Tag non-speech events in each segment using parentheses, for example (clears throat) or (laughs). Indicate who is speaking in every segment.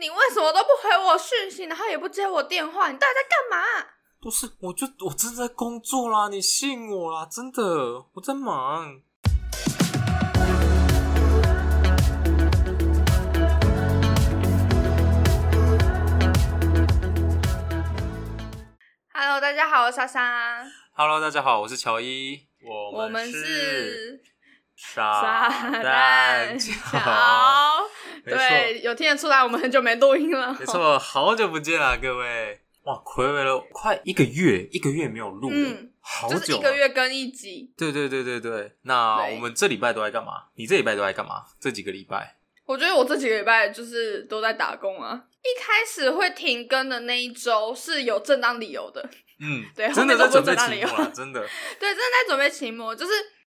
Speaker 1: 你为什么都不回我讯息，然后也不接我电话？你到底在干嘛？
Speaker 2: 不是，我就我真的在工作啦，你信我啦，真的，我在忙。
Speaker 1: Hello，大家好，我是莎莎，
Speaker 2: Hello，大家好，我是乔伊，我
Speaker 1: 我
Speaker 2: 们
Speaker 1: 是
Speaker 2: 傻蛋 (laughs) 乔，
Speaker 1: 乔。
Speaker 2: 没错
Speaker 1: 对，有听得出来，我们很久没录音了。
Speaker 2: 没，错，好久不见啦，各位。哇，暌违了快一个月，一个月没有录了，
Speaker 1: 嗯
Speaker 2: 好
Speaker 1: (laughs) 就是
Speaker 2: 久、啊
Speaker 1: 一个。月更一集。
Speaker 2: 对对对对对，那
Speaker 1: 对
Speaker 2: 我们这礼拜都在干嘛？你这礼拜都在干嘛？这几个礼拜？
Speaker 1: 我觉得我这几个礼拜就是都在打工啊。一开始会停更的那一周是有正当理由的，
Speaker 2: 嗯，
Speaker 1: 对
Speaker 2: 真的在准备
Speaker 1: 后面都不知
Speaker 2: 期
Speaker 1: 道
Speaker 2: 末
Speaker 1: 哪里
Speaker 2: 了，真的。
Speaker 1: 对，真的在准备期末，就是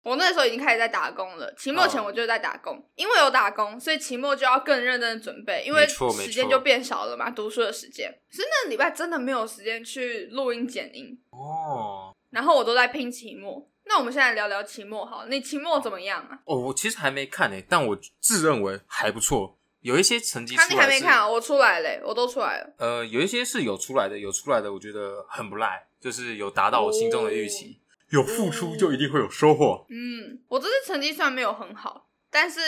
Speaker 1: 我那时候已经开始在打工了。期末前
Speaker 2: 哦
Speaker 1: 我就在打工，因为有打工，所以期末就要更认真的准备，因为
Speaker 2: 没错没
Speaker 1: 时间
Speaker 2: 错
Speaker 1: 就变少了嘛，读书的时间。所以那个礼拜真的没有时间去录音剪音，
Speaker 2: 哦
Speaker 1: 然后我都在拼期末。那我们现在聊聊期末好了，你期末怎么样啊？
Speaker 2: 哦，我其实还没看诶，但我自认为还不错，有一些成绩出
Speaker 1: 他
Speaker 2: 来
Speaker 1: 你还没
Speaker 2: 是
Speaker 1: 看、啊，我出来嘞、我都出来了。
Speaker 2: 呃，有一些是有出来的，有出来的，我觉得很不赖，就是有达到我心中的预期。
Speaker 1: 哦
Speaker 2: 有付出就一定会有收获。
Speaker 1: 嗯，我这次成绩虽然没有很好，但是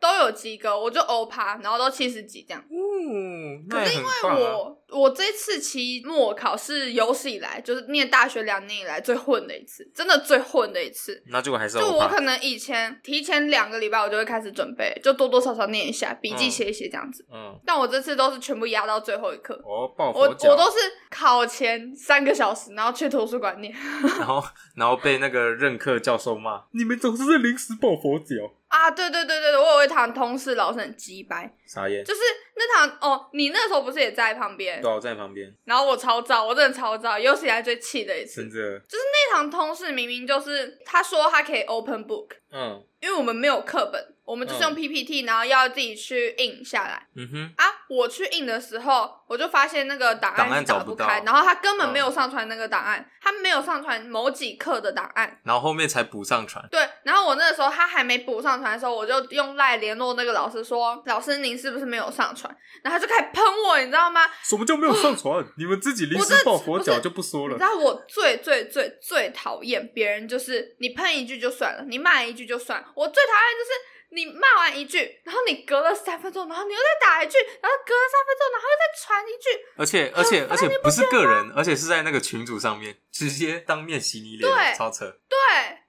Speaker 1: 都有及格，我就欧趴，然后都七十几这样。
Speaker 2: 嗯，那
Speaker 1: 可
Speaker 2: 也
Speaker 1: 是因
Speaker 2: 很
Speaker 1: 为
Speaker 2: 棒啊
Speaker 1: 我我这次期末考试有史以来，就是念大学两年以来最混的一次，真的最混的一次。
Speaker 2: 那结果还是
Speaker 1: 就
Speaker 2: 欧
Speaker 1: 我
Speaker 2: 巴
Speaker 1: 可能以前提前两个礼拜我就会开始准备，就多多少少念一下，笔记
Speaker 2: 嗯
Speaker 1: 写一写这样子。
Speaker 2: 嗯，
Speaker 1: 但我这次都是全部压到最后一刻，
Speaker 2: 哦，抱
Speaker 1: 我
Speaker 2: 佛
Speaker 1: 我
Speaker 2: 脚，
Speaker 1: 都是考前三个小时，然后去图书馆念。 (laughs)
Speaker 2: 然后然后被那个任课教授骂，你们总是在临时抱佛脚，
Speaker 1: 啊，对对对对对，我有一堂通识老师很鸡掰，
Speaker 2: 傻眼。
Speaker 1: 就是那堂哦，你那时候不是也在旁边？
Speaker 2: 对啊，我在你旁边，
Speaker 1: 然后我超燥，我真的超燥，有史以来最气的一次
Speaker 2: 真。的，
Speaker 1: 那堂通识明明就是他说他可以 open book，
Speaker 2: 嗯
Speaker 1: 因为我们没有课本，我们就是用
Speaker 2: 嗯
Speaker 1: PPT，、然后要自己去印下来
Speaker 2: 嗯哼，
Speaker 1: 啊。我去印的时候，我就发现那个档
Speaker 2: 档
Speaker 1: 案
Speaker 2: 案
Speaker 1: 是打
Speaker 2: 找不
Speaker 1: 开，
Speaker 2: 到
Speaker 1: 然后他根本没有
Speaker 2: 嗯
Speaker 1: 上传那个档案，他没有上传某几课的档案。
Speaker 2: 然后后面才补上传，
Speaker 1: 对，然后我那个时候他还没补上传的时候，我就用赖联络那个老师说：“老师，您是不是没有上传？”然后他就开始喷我，你知道吗？
Speaker 2: 什么叫没有上传？你们自己临
Speaker 1: 我这
Speaker 2: 时抱佛
Speaker 1: 不
Speaker 2: 脚
Speaker 1: 是
Speaker 2: 就不说
Speaker 1: 你知
Speaker 2: 了。
Speaker 1: 道我最最最最讨厌别人就是你喷一句就算了，你骂一句就算，我最讨厌就是。你骂完一句，然后你隔了三分钟，然后你又再打一句，然后隔了三分钟，然后又再传一句，(laughs)
Speaker 2: 而且而且而且不
Speaker 1: 啊
Speaker 2: 是个人，而且是在那个群组上面直接当面洗你
Speaker 1: 对
Speaker 2: 脸，超扯。
Speaker 1: 对，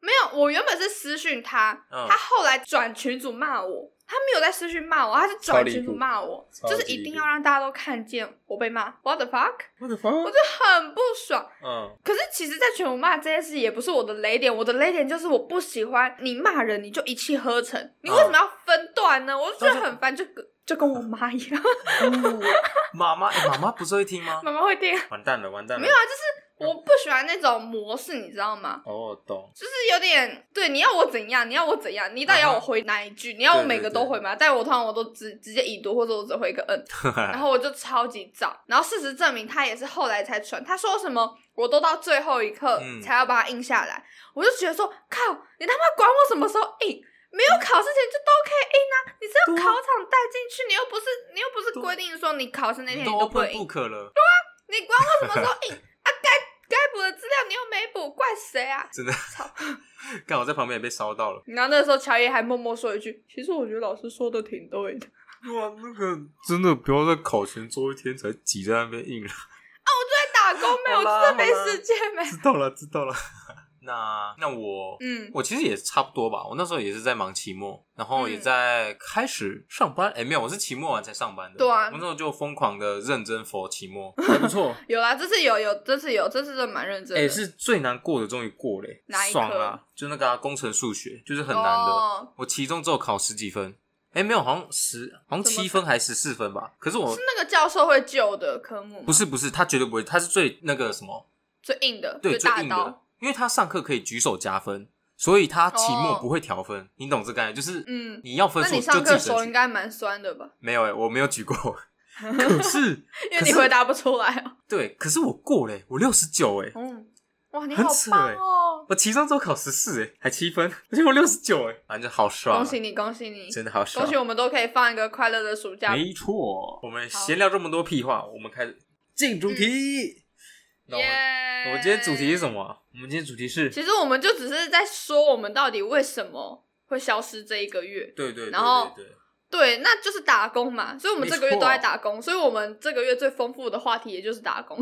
Speaker 1: 没有，我原本是私讯他，
Speaker 2: 嗯
Speaker 1: 他后来转群主骂我，他没有在私讯骂我，他是转
Speaker 2: 超离
Speaker 1: 群主
Speaker 2: 谱
Speaker 1: 骂我，
Speaker 2: 超
Speaker 1: 就是
Speaker 2: 级
Speaker 1: 一
Speaker 2: 离
Speaker 1: 定
Speaker 2: 谱
Speaker 1: 要让大家都看见我被骂，what the fuck，
Speaker 2: 我的妈！
Speaker 1: 我就很不爽。
Speaker 2: 嗯，
Speaker 1: 可是其实，在群主骂这件事也不是我的雷点，我的雷点就是我不喜欢你骂人，你就一气呵成，你为什么要分段呢？我就觉得很烦，就跟 (laughs) 就跟我妈一样，
Speaker 2: 妈妈，哎妈妈不是会听吗？
Speaker 1: 妈妈会这样。
Speaker 2: 完蛋了，完蛋了！
Speaker 1: 没有啊，就是我不喜欢那种模式，你知道吗？
Speaker 2: 哦，懂。
Speaker 1: 就是有点对，你要我怎样，你要我怎样，你到底要我回哪一句？你要我每个都回吗？但我通常我都直直接已读，或者我只回一个嗯， (laughs)
Speaker 2: 哎
Speaker 1: 然后我就超级燥。然后事实证明，他也是后来才传，他说什么我都到最后一刻
Speaker 2: 嗯
Speaker 1: 才要把它印下来，我就觉得说靠，你他妈管我什么时候印？没有考试前就都可以印啊！你是要
Speaker 2: 对啊
Speaker 1: 考场带进去，你又不是你又不是
Speaker 2: 对
Speaker 1: 规定说你考试那天你
Speaker 2: 你都
Speaker 1: 都不
Speaker 2: open
Speaker 1: 能印，
Speaker 2: book
Speaker 1: (laughs)
Speaker 2: 了，
Speaker 1: 你管我什么时候印啊？该该补的资料你又没补，怪谁啊？
Speaker 2: 真的 (laughs)
Speaker 1: 操！
Speaker 2: 刚好在旁边也被烧到了。
Speaker 1: 然后那时候乔爷还默默说一句：“其实我觉得老师说的挺对的。”
Speaker 2: 哇，那个 (laughs) 真的不要在考前做一天才挤在那边硬了。
Speaker 1: 在打工没有，我
Speaker 2: (laughs) 好
Speaker 1: 真
Speaker 2: 啦
Speaker 1: 的没
Speaker 2: 好啦
Speaker 1: 时间
Speaker 2: (laughs)
Speaker 1: 没。
Speaker 2: 知道了，知道了。那那我
Speaker 1: 嗯，
Speaker 2: 我其实也差不多吧，我那时候也是在忙期末，然后
Speaker 1: 嗯
Speaker 2: 也在开始上班。哎、没有，我是期末完才上班的。
Speaker 1: 对啊
Speaker 2: 我那时候就疯狂的认真佛期末，还
Speaker 1: (laughs)
Speaker 2: 不错。
Speaker 1: 有啦，这次有有，这次有，这次真的蛮认真的。
Speaker 2: 哎、是最难过的，终于过嘞、
Speaker 1: 哪一科
Speaker 2: 爽啦！就那个、啊、工程数学，就是很难的。
Speaker 1: 哦
Speaker 2: 我其中只有考十几分，哎、没有，好像十，好像七分还是十四分吧。可是我
Speaker 1: 是那个教授会救的科目吗，
Speaker 2: 不是不是，他绝对不会，他是最那个什么，
Speaker 1: 最硬的，
Speaker 2: 对最
Speaker 1: 大
Speaker 2: 硬的
Speaker 1: 刀。，
Speaker 2: 因为他上课可以举手加分，所以他期末
Speaker 1: 哦
Speaker 2: 不会调分，你懂这概念？就是
Speaker 1: 嗯，
Speaker 2: 你要分
Speaker 1: 那
Speaker 2: 数
Speaker 1: 你
Speaker 2: 就
Speaker 1: 上
Speaker 2: 自
Speaker 1: 课
Speaker 2: 己申
Speaker 1: 手应
Speaker 2: 请。
Speaker 1: 该蛮酸的吧？
Speaker 2: 没有哎、我没有举过，
Speaker 1: (laughs)
Speaker 2: 可是
Speaker 1: 因为
Speaker 2: 可
Speaker 1: 你
Speaker 2: 是 (laughs)
Speaker 1: 回答不出来哦。
Speaker 2: 欸对，可是我过嘞、我六十九哎，
Speaker 1: 嗯，哇，你
Speaker 2: 很
Speaker 1: 好
Speaker 2: 扯
Speaker 1: 棒
Speaker 2: 欸
Speaker 1: 哦！
Speaker 2: 我期中只有考十四哎，还七分，而且我六十九哎，反正好爽啊、
Speaker 1: 恭喜你，恭喜你，
Speaker 2: 真的好爽
Speaker 1: 恭喜。我们都可以放一个快乐的暑假。
Speaker 2: 没错，我们闲聊这么多屁话，我们开始进主题。那我
Speaker 1: 耶
Speaker 2: 们啊我们今天主题是什？么啊？我们今天主题是
Speaker 1: 其实我们就只嗯是在说我们到底为什么会消失这一个月。
Speaker 2: 对对对
Speaker 1: 然后
Speaker 2: 对对，
Speaker 1: 对，那就是打工嘛，所以我们这个月
Speaker 2: 没
Speaker 1: 都
Speaker 2: 错
Speaker 1: 在打工，所以我们这个月最丰富的话题也就是打工。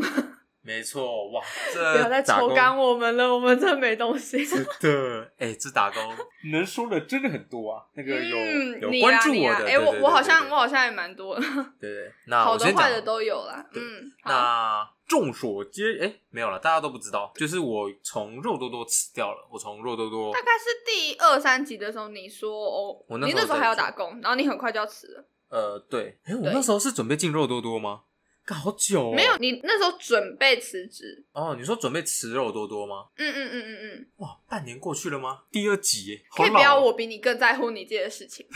Speaker 2: 没错，哇，
Speaker 1: (laughs) 不要
Speaker 2: 这
Speaker 1: 再
Speaker 2: 打
Speaker 1: 抽
Speaker 2: 工
Speaker 1: 干我们了，我们真没东西。
Speaker 2: 真的，哎，这打工
Speaker 1: (laughs)
Speaker 2: 能说的真的很多啊。那个有
Speaker 1: 嗯，
Speaker 2: 有
Speaker 1: 你
Speaker 2: 关
Speaker 1: 啊
Speaker 2: 注
Speaker 1: 你
Speaker 2: 我
Speaker 1: 啊
Speaker 2: 的，
Speaker 1: 哎、
Speaker 2: 对
Speaker 1: 我
Speaker 2: 对
Speaker 1: 我
Speaker 2: 对
Speaker 1: 好
Speaker 2: 对
Speaker 1: 像
Speaker 2: 对
Speaker 1: 我好像也蛮多的，
Speaker 2: 对对，那
Speaker 1: 好
Speaker 2: 我
Speaker 1: 的
Speaker 2: 先
Speaker 1: 坏
Speaker 2: 讲啊
Speaker 1: 的都有啦。
Speaker 2: 对
Speaker 1: 嗯，好，
Speaker 2: 那众所皆哎没有了，大家都不知道，就是我从肉多多辞掉了，我从肉多多
Speaker 1: 大概是第二三集的时候，你说哦，
Speaker 2: 我那
Speaker 1: 你
Speaker 2: 时候
Speaker 1: 那时候还要
Speaker 2: 在
Speaker 1: 打工，然后你很快就要辞了，
Speaker 2: 呃对，哎我
Speaker 1: 对
Speaker 2: 那时候是准备进肉多多吗？干好久、哦，
Speaker 1: 没有，你那时候准备辞职。
Speaker 2: 哦，你说准备辞肉多多吗？
Speaker 1: 嗯嗯嗯嗯嗯，
Speaker 2: 哇，半年过去了吗？第二集耶，好
Speaker 1: 可以不要
Speaker 2: 老哦
Speaker 1: 我比你更在乎你自己的事情。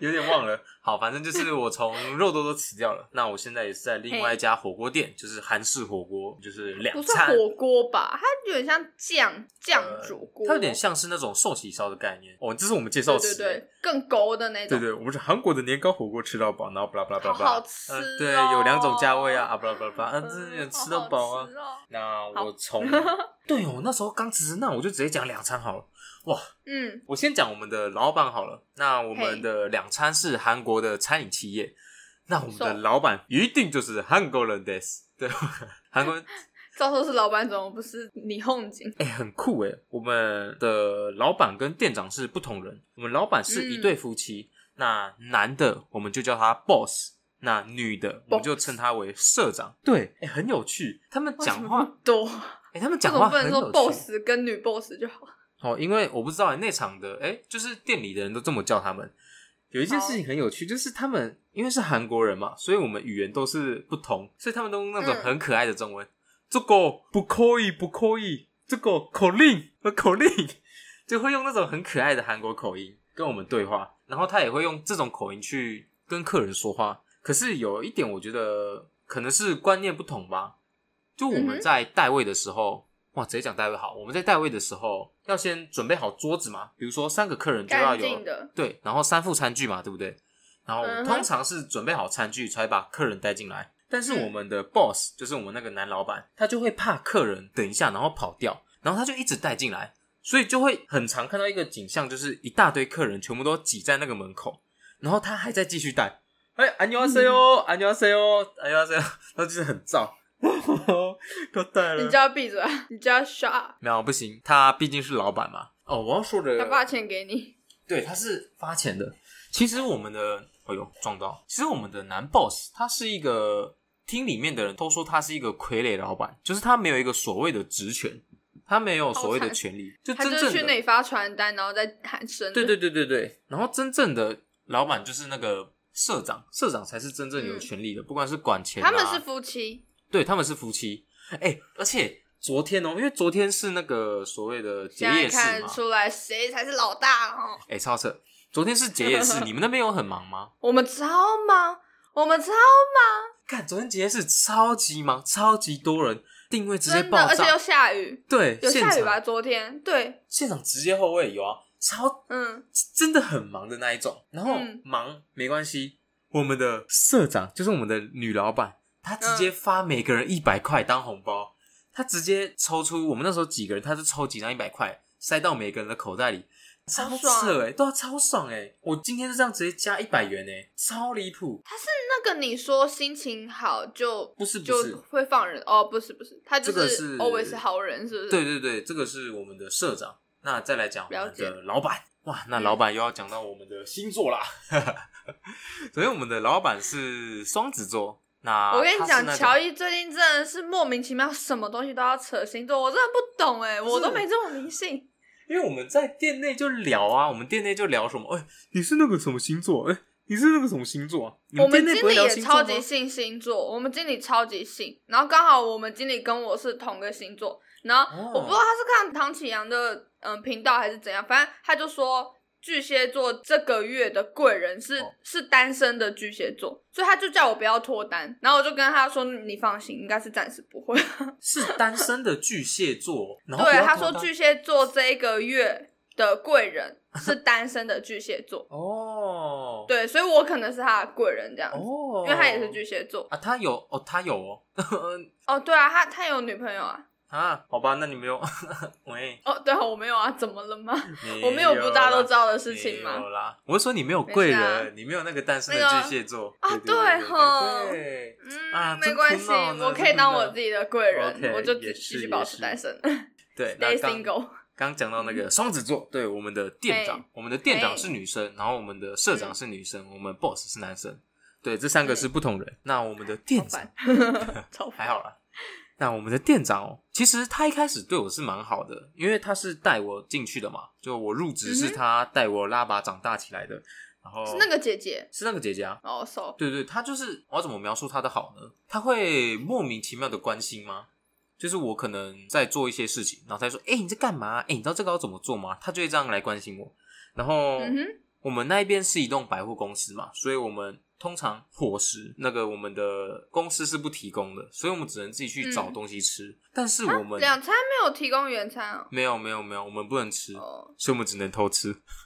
Speaker 2: 有点忘了。好，反正就是我从肉多多辞掉了。那我现在也是在另外一家火锅店，就是韩式火锅，就是两
Speaker 1: 不算
Speaker 2: 餐，
Speaker 1: 火锅吧，它有点像酱酱煮锅，
Speaker 2: 它有点像是那种寿喜烧的概念。哦，这是我们介
Speaker 1: 对
Speaker 2: 绍
Speaker 1: 对
Speaker 2: 词。
Speaker 1: 对，更勾的那
Speaker 2: 对
Speaker 1: 种。
Speaker 2: 对，我们是韩国的年糕火锅吃到饱，然后巴拉巴拉巴拉巴拉，
Speaker 1: 好好吃哦
Speaker 2: 呃对，有两种价位啊，啊巴拉巴拉巴拉，啊
Speaker 1: 嗯，
Speaker 2: 这也
Speaker 1: 好
Speaker 2: 吃到饱啊
Speaker 1: 好。吃哦
Speaker 2: 那
Speaker 1: (laughs)
Speaker 2: 我从对哦，那时候刚辞职，那我就直接讲两餐好了。
Speaker 1: 嗯，
Speaker 2: 我先讲我们的老板好了。那我们的两餐是韩国的餐饮企业，那我们的
Speaker 1: 是
Speaker 2: 老板一定就是韩国人 this。对，韩国人
Speaker 1: 照说是老板怎么不是你哄景？
Speaker 2: 哎、很酷哎。我们的老板跟店长是不同人，我们老板是一对
Speaker 1: 嗯
Speaker 2: 夫妻。那男的我们就叫他 boss，那女的我们就称他为社长。对，哎、很有趣。他们讲话，
Speaker 1: (laughs) 多，
Speaker 2: 哎、他们
Speaker 1: 为
Speaker 2: 讲
Speaker 1: 什么
Speaker 2: 话
Speaker 1: 不
Speaker 2: 很
Speaker 1: 能说
Speaker 2: 有趣。
Speaker 1: boss 跟女 boss 就好？
Speaker 2: 哦，因为我不知道欸那场的，哎、就是店里的人都这么叫他们。有一件事情很有趣，就是他们因为是韩国人嘛，所以我们语言都是不同，所以他们都用那种
Speaker 1: 嗯
Speaker 2: 很可爱的中文。这个不可以，不可以，这个口令，呃口令，就会用那种很可爱的韩国口音跟我们对话，然后他也会用这种口音去跟客人说话。可是有一点，我觉得可能是观念不同吧。就我
Speaker 1: 嗯
Speaker 2: 们
Speaker 1: 哼
Speaker 2: 在带位的时候，哇，直接讲带位好。我们在带位的时候，要先准备好桌子嘛，比如说三个客人就要
Speaker 1: 干
Speaker 2: 有嗯
Speaker 1: 净的，
Speaker 2: 对，然后三副餐具嘛，对不对？然后我们
Speaker 1: 嗯哼
Speaker 2: 通常是准备好餐具才把客人带进来，但是
Speaker 1: 嗯
Speaker 2: 我们的 boss、就是我们那个男老板，他就会怕客人等一下然后跑掉，然后他就一直带进来，所以就会很常看到一个景象，就是一大堆客人全部都挤在那个门口，然后他还在继续带。哎，안녕하세요，안녕하세요，안녕하세요，他 (laughs) 就是很燥， (laughs) 都带
Speaker 1: 你
Speaker 2: 了
Speaker 1: 就，要闭嘴，啊你就要 shut up，
Speaker 2: 没有不行，他毕竟是老板嘛。哦，我要说的，
Speaker 1: 他把钱给你。
Speaker 2: 对，他是发钱的。其实我们的，哎呦，撞到！其实我们的男 boss 他是一个，听里面的人都说他是一个傀儡老板，就是他没有一个所谓的职权，他没有所谓的
Speaker 1: 好惨
Speaker 2: 权利，就
Speaker 1: 他
Speaker 2: 真
Speaker 1: 就
Speaker 2: 正
Speaker 1: 是
Speaker 2: 的
Speaker 1: 去那里发传单，然后再喊声。
Speaker 2: 对对对对对。然后真正的老板就是那个社长，社长才是真正有权利的，不管是管钱、啊，
Speaker 1: 嗯他们是夫妻，
Speaker 2: 对，他们是夫妻。哎、而且昨天哦，因为昨天是那个所谓的结
Speaker 1: 现在
Speaker 2: 业式
Speaker 1: 看得
Speaker 2: 嘛，
Speaker 1: 出来谁才是老大了哦。
Speaker 2: 哎、超扯。昨天是结业 (laughs) 式，你们那边有很忙吗？
Speaker 1: 我们超忙，我们超
Speaker 2: 看，昨天结业是超级忙，超级多人，定位直接
Speaker 1: 真的，
Speaker 2: 爆
Speaker 1: 而且又
Speaker 2: 炸。
Speaker 1: 下雨，
Speaker 2: 对，
Speaker 1: 有
Speaker 2: 现
Speaker 1: 下雨吧？
Speaker 2: 场
Speaker 1: 昨天对，
Speaker 2: 现场直接后卫有啊，超
Speaker 1: 嗯，
Speaker 2: 真的很忙的那一种。然后
Speaker 1: 嗯
Speaker 2: 忙没关系，我们的社长就是我们的女老板，她直
Speaker 1: 嗯
Speaker 2: 接发每个人一百块当红包，她直接抽出我们那时候几个人，她就抽几张一百块塞到每个人的口袋里。超
Speaker 1: 好爽
Speaker 2: 扯哎、欸，对啊，超爽哎、我今天就这样直接加一百元哎、超离谱！
Speaker 1: 那个你说心情好就
Speaker 2: 不是不
Speaker 1: 就是会放人哦，不是不是，他就
Speaker 2: 这个是
Speaker 1: always 好人，是不是？
Speaker 2: 对，对对，这个是我们的社长。那再来讲我
Speaker 1: 嗯了
Speaker 2: 们
Speaker 1: 解
Speaker 2: 的老板，哇，那
Speaker 1: 嗯
Speaker 2: 老板又要讲到我们的星座啦。 (laughs) 所以我们的老板是双子座。啊那
Speaker 1: 我跟你讲，乔
Speaker 2: 乔
Speaker 1: 伊最近真的是莫名其妙什么东西都要扯星座，我真的不懂哎，
Speaker 2: 不是
Speaker 1: 我都没这种迷信。
Speaker 2: 因为我们在店内就聊啊，我们店内就聊什么？哎、你是那个什么星座？哎、你是那个什么星座啊？你
Speaker 1: 我们
Speaker 2: 店内
Speaker 1: 经
Speaker 2: 不会
Speaker 1: 理
Speaker 2: 聊
Speaker 1: 也
Speaker 2: 星座
Speaker 1: 超
Speaker 2: 吗
Speaker 1: 级信星座，我们经理超级信，然后刚好我们经理跟我是同个星座，然后
Speaker 2: 哦
Speaker 1: 呃我不知道他是看唐启阳的嗯频道还是怎样，反正他就说。巨蟹座这个月的贵人是、
Speaker 2: 哦
Speaker 1: 是单身的巨蟹座，所以他就叫我不要脱单，然后我就跟他说：“你放心，应该是暂时不会。
Speaker 2: (laughs) 是单身的巨蟹座，然后不
Speaker 1: 对，
Speaker 2: 要
Speaker 1: 他
Speaker 2: 脱
Speaker 1: 说
Speaker 2: 单，
Speaker 1: 巨蟹座这一个月的贵人是单身的巨蟹座
Speaker 2: 哦，
Speaker 1: 对，所以我可能是他的贵人这样子，
Speaker 2: 哦，
Speaker 1: 因为他也是巨蟹座。
Speaker 2: 啊，他有哦，他有哦
Speaker 1: 哦，对啊，他他有女朋友啊？
Speaker 2: 啊，好吧，那你没有， (laughs) 喂，
Speaker 1: 哦，对啊，我没有啊，怎么了吗？
Speaker 2: (laughs)
Speaker 1: 我
Speaker 2: 没
Speaker 1: 没有不大家都知
Speaker 2: 道
Speaker 1: 道的事情吗
Speaker 2: 有？啦，我是说你没有贵
Speaker 1: 没事啊
Speaker 2: 人，你没有那个单身的
Speaker 1: 那个
Speaker 2: 巨蟹座
Speaker 1: 啊
Speaker 2: 对对
Speaker 1: 对吼
Speaker 2: 对
Speaker 1: 嗯，
Speaker 2: 啊
Speaker 1: 没关系，
Speaker 2: 真苦恼呢
Speaker 1: 我可以当我自己的贵
Speaker 2: 真苦恼
Speaker 1: 人，
Speaker 2: OK，
Speaker 1: 我就继
Speaker 2: 也是
Speaker 1: 继续保持单身
Speaker 2: 对，那
Speaker 1: ，stay
Speaker 2: 刚 (laughs)
Speaker 1: single。嗯
Speaker 2: 刚讲到那个双子座，对我们的店长
Speaker 1: 哎，
Speaker 2: 我们的店长
Speaker 1: 哎
Speaker 2: 是女生，然后我们的社长是女生，我们
Speaker 1: 嗯
Speaker 2: boss 是男生，对，这三个是不同人。那我们的店
Speaker 1: 好
Speaker 2: 长
Speaker 1: 烦，
Speaker 2: (laughs)
Speaker 1: 超烦
Speaker 2: 还好啦。那我们的店长哦，其实他一开始对我是蛮好的，因为他是带我进去的嘛，就我入职是
Speaker 1: 嗯哼
Speaker 2: 他带我拉拔长大起来的，然后
Speaker 1: 是那个姐姐
Speaker 2: 是那个姐姐啊，
Speaker 1: 哦，手
Speaker 2: 对对，他就是我要怎么描述他的好呢？他会莫名其妙的关心吗？就是我可能在做一些事情，然后他就说：“哎、你在干嘛？哎、你知道这个要怎么做吗？”他就会这样来关心我。然后、
Speaker 1: 嗯哼，
Speaker 2: 我们那一边是一栋百货公司嘛，所以我们通常伙食那个我们的公司是不提供的，所以我们只能自己去找
Speaker 1: 嗯啊
Speaker 2: 东西吃。但是我们
Speaker 1: 两餐没有提供原餐哦。
Speaker 2: 没有没有没有，我们不能吃。
Speaker 1: 哦，
Speaker 2: 所以我们只能偷吃。 (laughs)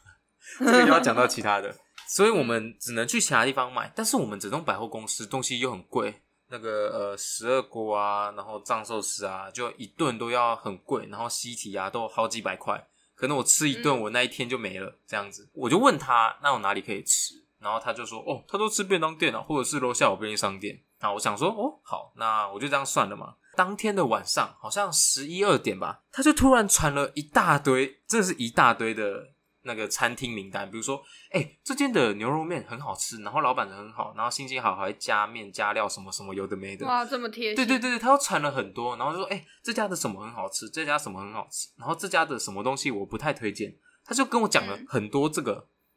Speaker 2: 这个又要讲到其他的，所
Speaker 1: 嗯
Speaker 2: 以我们只能去其他地方买。但是我们整栋百货公司东西又很贵，那个呃十二锅啊，然后藏寿司啊，就一顿都要很贵，然后西提啊都好几百块。可能我吃一顿，
Speaker 1: 嗯
Speaker 2: 我那一天就没了，这样子。我就问他，那我哪里可以吃？然后他就说，哦，他都吃便当店啊，或者是楼下有便利商店。那我想说，哦，好，那我就这样算了嘛。当天的晚上，好像十一二点吧，他就突然传了一大堆，真的是一大堆的那个餐厅名单，比如说，哎、这间的牛肉面很好吃，然后老板人很好，然后心情好，还会加面加料什么什么有的没的，
Speaker 1: (laughs) 哇，这么贴心。
Speaker 2: 对对对对，他又传了很多，然后就说，哎、这家的什么很好吃，这家什么很好吃，然后这家的什么东西我不太推荐，他就跟我讲了
Speaker 1: 嗯
Speaker 2: 很多这个，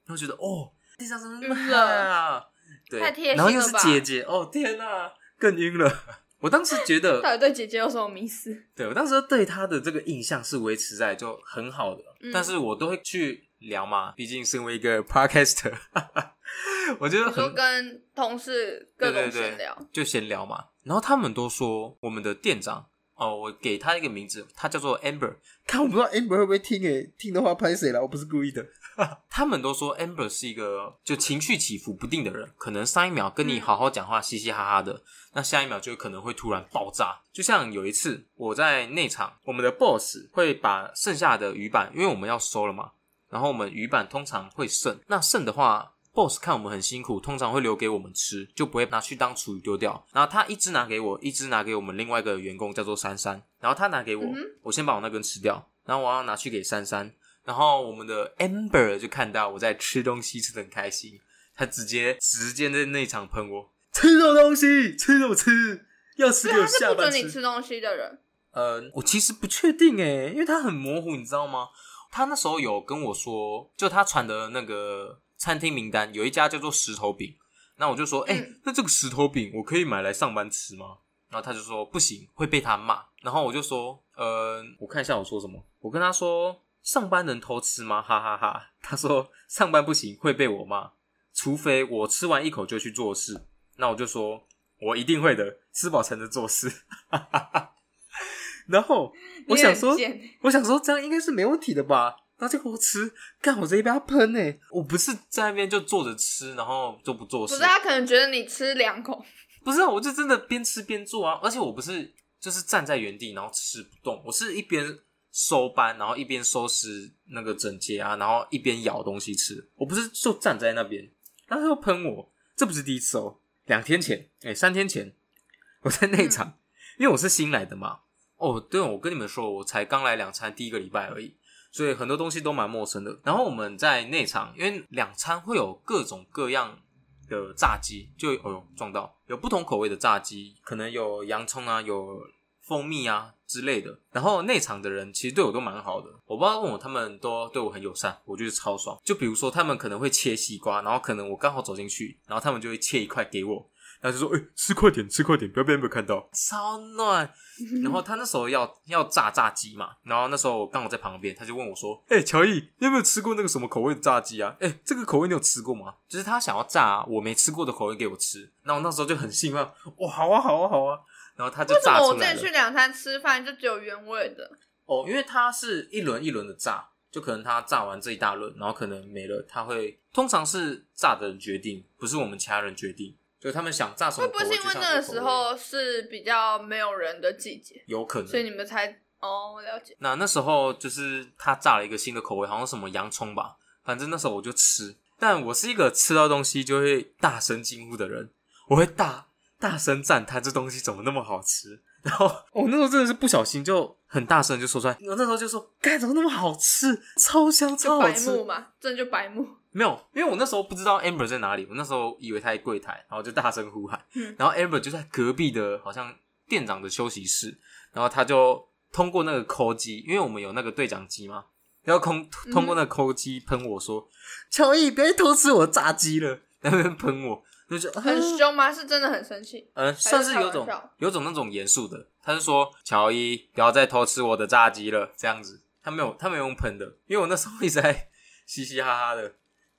Speaker 2: 然后觉得哦，地上怎么那么
Speaker 1: 晕
Speaker 2: 黑啊？对，
Speaker 1: 太贴心
Speaker 2: 然后又
Speaker 1: 了
Speaker 2: 是
Speaker 1: 吧
Speaker 2: 姐姐，哦天哪、更晕了。 (laughs) 我当时觉得，
Speaker 1: 到底对姐姐有什么迷思？
Speaker 2: 对我当时对他的这个印象是维持在就很好的，
Speaker 1: 嗯
Speaker 2: 但是我都会去聊嘛，毕竟身为一个 podcaster，我觉得
Speaker 1: 你说
Speaker 2: (laughs) 很
Speaker 1: 跟同事各
Speaker 2: 对
Speaker 1: 种
Speaker 2: 对对
Speaker 1: 闲聊，
Speaker 2: 就闲聊嘛。然后他们都说我们的店长哦，我给他一个名字，他叫做 Amber。看我不知道 Amber 会不会听诶、听的话拍谁了？我不是故意的。 (laughs) 他们都说 Amber 是一个就情绪起伏不定的人，可能上一秒跟你
Speaker 1: 嗯
Speaker 2: 好好讲话，嘻嘻哈哈的，那下一秒就可能会突然爆炸。就像有一次我在内场，我们的 boss 会把剩下的鱼板，因为我们要收了嘛，然后我们鱼板通常会剩，那剩的话。boss 看我们很辛苦，通常会留给我们吃，就不会拿去当厨余丢掉。然后他一只拿给我，一只拿给我们另外一个员工叫做珊珊。然后他拿给我，
Speaker 1: 嗯哼
Speaker 2: 我先把我那根吃掉，然后我要拿去给珊珊。然后我们的 Amber 就看到我在吃东西，吃的很开心，他直接直接在那一场喷我， (laughs) 吃肉东西，吃肉吃，要吃
Speaker 1: 对，
Speaker 2: 给我
Speaker 1: 他是
Speaker 2: 下
Speaker 1: (laughs) 不
Speaker 2: 班
Speaker 1: 准你吃东西的人。
Speaker 2: 呃，我其实不确定诶，因为他很模糊，你知道吗？他那时候有跟我说，就他传的那个餐厅名单，有一家叫做石头饼。那我就说，哎、
Speaker 1: 嗯
Speaker 2: 那这个石头饼我可以买来上班吃吗？然后他就说不行，会被他骂。然后我就说，呃，我看一下我说什么。我跟他说，上班能偷吃吗？哈哈哈他说上班不行，会被我骂，除非我吃完一口就去做事。那我就说，我一定会的，吃饱才能做事。 (laughs) 然后我想说，
Speaker 1: 你很贱
Speaker 2: 我想说这样应该是没问题的吧？那就给我吃，干我直接被他喷呢、我不是在那边就坐着吃，然后就不做
Speaker 1: 不
Speaker 2: 事
Speaker 1: 是，啊他可能觉得你吃两口，
Speaker 2: 不是啊，我就真的边吃边做啊，而且我不是就是站在原地然后吃不动，我是一边收班，然后一边收拾那个整洁啊，然后一边咬东西吃，我不是就站在那边，然后他又喷我，这不是第一次哦，两天前，哎、三天前，我在内场，因为我是新来的嘛，哦，对，我跟你们说，我才刚来两餐第一个礼拜而已，所以很多东西都蛮陌生的。然后我们在内场，因为两餐会有各种各样的炸鸡，就哦呦撞到，有不同口味的炸鸡，可能有洋葱啊，有蜂蜜啊之类的。然后内场的人其实对我都蛮好的，我不知道问我他们都对我很友善，我觉得超爽。就比如说他们可能会切西瓜，然后可能我刚好走进去，然后他们就会切一块给我，然后就说：“哎、吃快点，吃快点，不要被他们看到。” (laughs) 超暖。然后他那时候要要炸炸鸡嘛，然后那时候我刚好在旁边，他就问我说：“哎、乔毅，你有没有吃过那个什么口味的炸鸡啊？哎、这个口味你有吃过吗？”就是他想要炸我没吃过的口味给我吃，然后我那时候就很兴奋，哇，好啊，好啊，好啊。然后他就
Speaker 1: 为什
Speaker 2: 炸
Speaker 1: 么
Speaker 2: 出
Speaker 1: 我之
Speaker 2: 来
Speaker 1: 前
Speaker 2: 了
Speaker 1: 去。两餐吃饭就只有原味的？
Speaker 2: 哦，因为它是一轮一轮的炸，就可能它炸完这一大轮，然后可能没了，它会通常是炸的人决定，不是我们其他人决定，就他们想炸什么
Speaker 1: 会
Speaker 2: 口
Speaker 1: 不
Speaker 2: 味
Speaker 1: 会
Speaker 2: 就是
Speaker 1: 因为
Speaker 2: 炸什
Speaker 1: 那
Speaker 2: 么
Speaker 1: 个
Speaker 2: 口
Speaker 1: 时
Speaker 2: 味
Speaker 1: 候是比较没有人的季节，
Speaker 2: 有可
Speaker 1: 所以
Speaker 2: 能？
Speaker 1: 你们才哦了解？
Speaker 2: 那那时候就是他炸了一个新的口味，好像什么洋葱吧，反正那时候我就吃，但我是一个吃到东西就会大声惊呼的人，我会大大声赞叹这东西怎么那么好吃。然后我、哦那时候真的是不小心就很大声地就说出来，我那时候就说，该怎么那么好吃，超香超
Speaker 1: 就
Speaker 2: 好
Speaker 1: 白
Speaker 2: 吃，
Speaker 1: 目嘛，真的就白目。
Speaker 2: 没有，因为我那时候不知道 Amber 在哪里，我那时候以为他在柜台，然后就大声呼喊，
Speaker 1: 嗯
Speaker 2: 然后 Amber 就在隔壁的，好像店长的休息室，然后他就通过那个扣机，因为我们有那个对讲机嘛，然后通通过那个扣机喷我说：“嗯乔伊，别偷吃我炸鸡了！”然后喷我，那就
Speaker 1: 很
Speaker 2: 啊
Speaker 1: 凶吗？是真的很生气。
Speaker 2: 嗯，算是有种
Speaker 1: 开玩笑
Speaker 2: 有种那种严肃的，他是说乔伊不要再偷吃我的炸鸡了，这样子。他没有他没有用喷的，因为我那时候一直在嘻嘻哈哈的。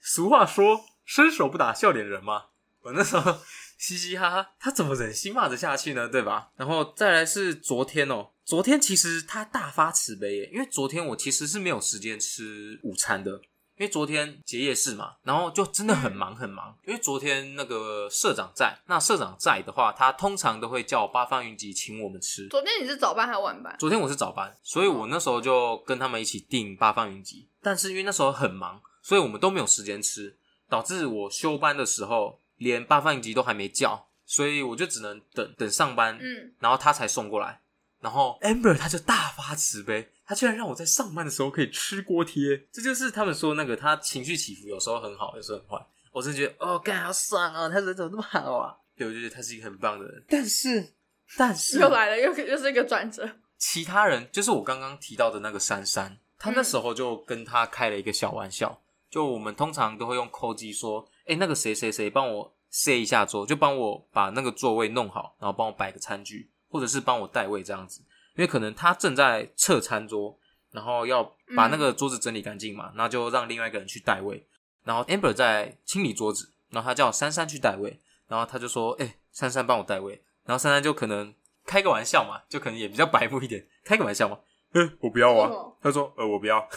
Speaker 2: 俗话说伸手不打笑脸人嘛，我那时候嘻嘻哈哈，他怎么忍心骂得下去呢？对吧？然后再来是昨天哦，昨天其实他大发慈悲耶，因为昨天我其实是没有时间吃午餐的，因为昨天结业式嘛，然后就真的
Speaker 1: 嗯
Speaker 2: 很忙很忙。因为昨天那个社长在，那社长在的话，他通常都会叫八方云集请我们吃。
Speaker 1: 昨天你是早班还是晚班？
Speaker 2: 昨天我是早班，所以我那时候就跟他们一起订八方云集，但是因为那时候很忙，所以我们都没有时间吃，导致我休班的时候连八方云集都还没叫，所以我就只能等等上班，
Speaker 1: 嗯，
Speaker 2: 然后他才送过来。然后 Amber 他就大发慈悲，他居然让我在上班的时候可以吃锅贴，这就是他们说那个他情绪起伏有时候很好，有时候很坏。我真的觉得哦，干好爽哦，他人怎么那么好啊？对，我就觉得他是一个很棒的人。但是，但是
Speaker 1: 又来了，又又是一个转折。
Speaker 2: 其他人，就是我刚刚提到的那个珊珊，她那时候就跟他开了一个小玩笑，就我们通常都会用扣机说，哎、那个谁谁谁帮我塞一下桌，就帮我把那个座位弄好，然后帮我摆个餐具，或者是帮我带位这样子，因为可能他正在撤餐桌，然后要把那个桌子整理干净嘛，那就让另外一个人去带位，然后 Amber 在清理桌子，然后他叫珊珊去带位，然后他就说：“哎、珊珊帮我带位。”然后珊珊就可能开个玩笑嘛，就可能也比较白目一点，开个玩笑嘛。 (laughs) 嗯、我不要
Speaker 1: 啊为什么。
Speaker 2: 他说：“呃，我不要。”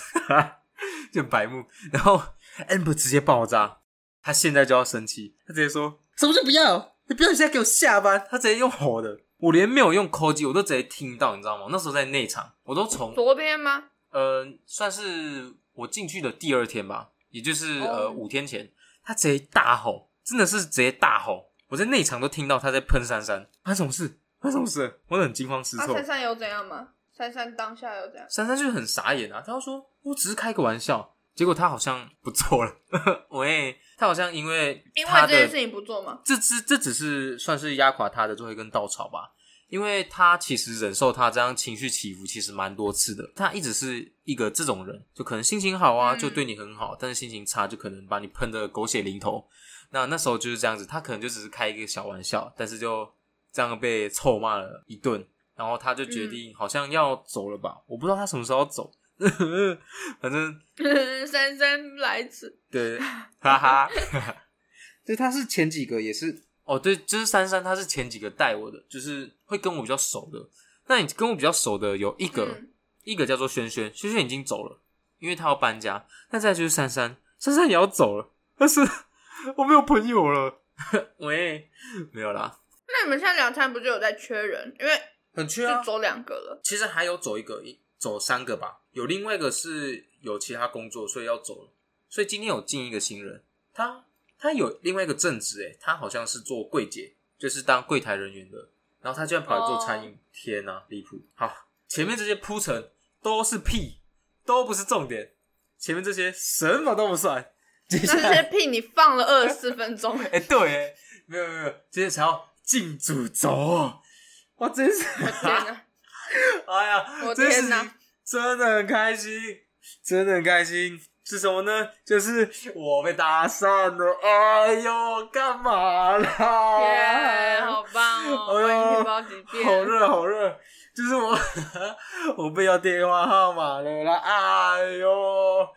Speaker 2: (laughs) 就很白目。然后 Amber 直接爆炸，他现在就要生气，他直接说：“什么就不要？你不要现在给我下班！”他直接用吼的，我连没有用扣机，我都直接听到，你知道吗？那时候在内场，我都从
Speaker 1: 昨天吗？
Speaker 2: 呃，算是我进去的第二天吧，也就是、呃
Speaker 1: 哦
Speaker 2: 五天前，他直接大吼，真的是直接大吼，我在内场都听到他在喷珊珊，发生什么事？发生什么事？我很惊慌失
Speaker 1: 啊，
Speaker 2: 措。
Speaker 1: 珊珊有怎样吗？珊珊当下有怎样？
Speaker 2: 珊珊就很傻眼啊，她就说我只是开个玩笑，结果她好像不做了。 (laughs) 喂，她好像因为
Speaker 1: 因为
Speaker 2: 她
Speaker 1: 这
Speaker 2: 的
Speaker 1: 件事情不做 (laughs) 吗？
Speaker 2: 这只这只是算是压垮他的最后一根稻草吧，因为他其实忍受他这样情绪起伏其实蛮多次的，他一直是一个这种人，就可能心情好啊，
Speaker 1: 嗯
Speaker 2: 就对你很好，但是心情差就可能把你喷的狗血淋头。那那时候就是这样子，他可能就只是开一个小玩笑，但是就这样被臭骂了一顿，然后他就决
Speaker 1: 嗯
Speaker 2: 定好像要走了吧，我不知道他什么时候要走， (laughs) 反正
Speaker 1: 珊珊来此，
Speaker 2: 对， (laughs) 哈哈，对，他是前几个也是哦，对，就是珊珊，他是前几个带我的，就是会跟我比较熟的。那你跟我比较熟的有一个，
Speaker 1: 嗯
Speaker 2: 一个叫做轩轩，轩轩已经走了，因为他要搬家。那再来就是珊珊，珊珊也要走了，但是 (laughs) 我没有朋友了。 (laughs) 喂，没有啦，
Speaker 1: 那你们现在两餐不就有在缺人？因
Speaker 2: (laughs)
Speaker 1: 为
Speaker 2: 很缺啊
Speaker 1: 就走两个了。
Speaker 2: 其实还有走一个，一走三个吧。有另外一个是有其他工作，所以要走了。所以今天有进一个新人，他他有另外一个正职，诶，他好像是做柜姐，就是当柜台人员的。然后他居然跑来做
Speaker 1: 哦
Speaker 2: 餐饮，天哪、离谱！好，前面这些铺陈都是屁，都不是重点，前面这些什么都不算。接下
Speaker 1: 那这些
Speaker 2: 来，
Speaker 1: 屁你放了二十四分
Speaker 2: (laughs)
Speaker 1: 钟，
Speaker 2: 哎、对，诶，没有没有没有，接着才要进主轴哦，哇，真是，
Speaker 1: 我天 (laughs) 哪！
Speaker 2: (laughs) 哎呀，
Speaker 1: 我
Speaker 2: 真
Speaker 1: 天
Speaker 2: 是
Speaker 1: 哪
Speaker 2: 真的很开心，真的很开心。是什么呢？就是我被搭讪了，哎呦，干嘛啦？
Speaker 1: 耶，好棒哦！我
Speaker 2: 哎
Speaker 1: 已经包几遍，
Speaker 2: 好热好热，就是我 (laughs) 我被要电话号码了啦，哎呦，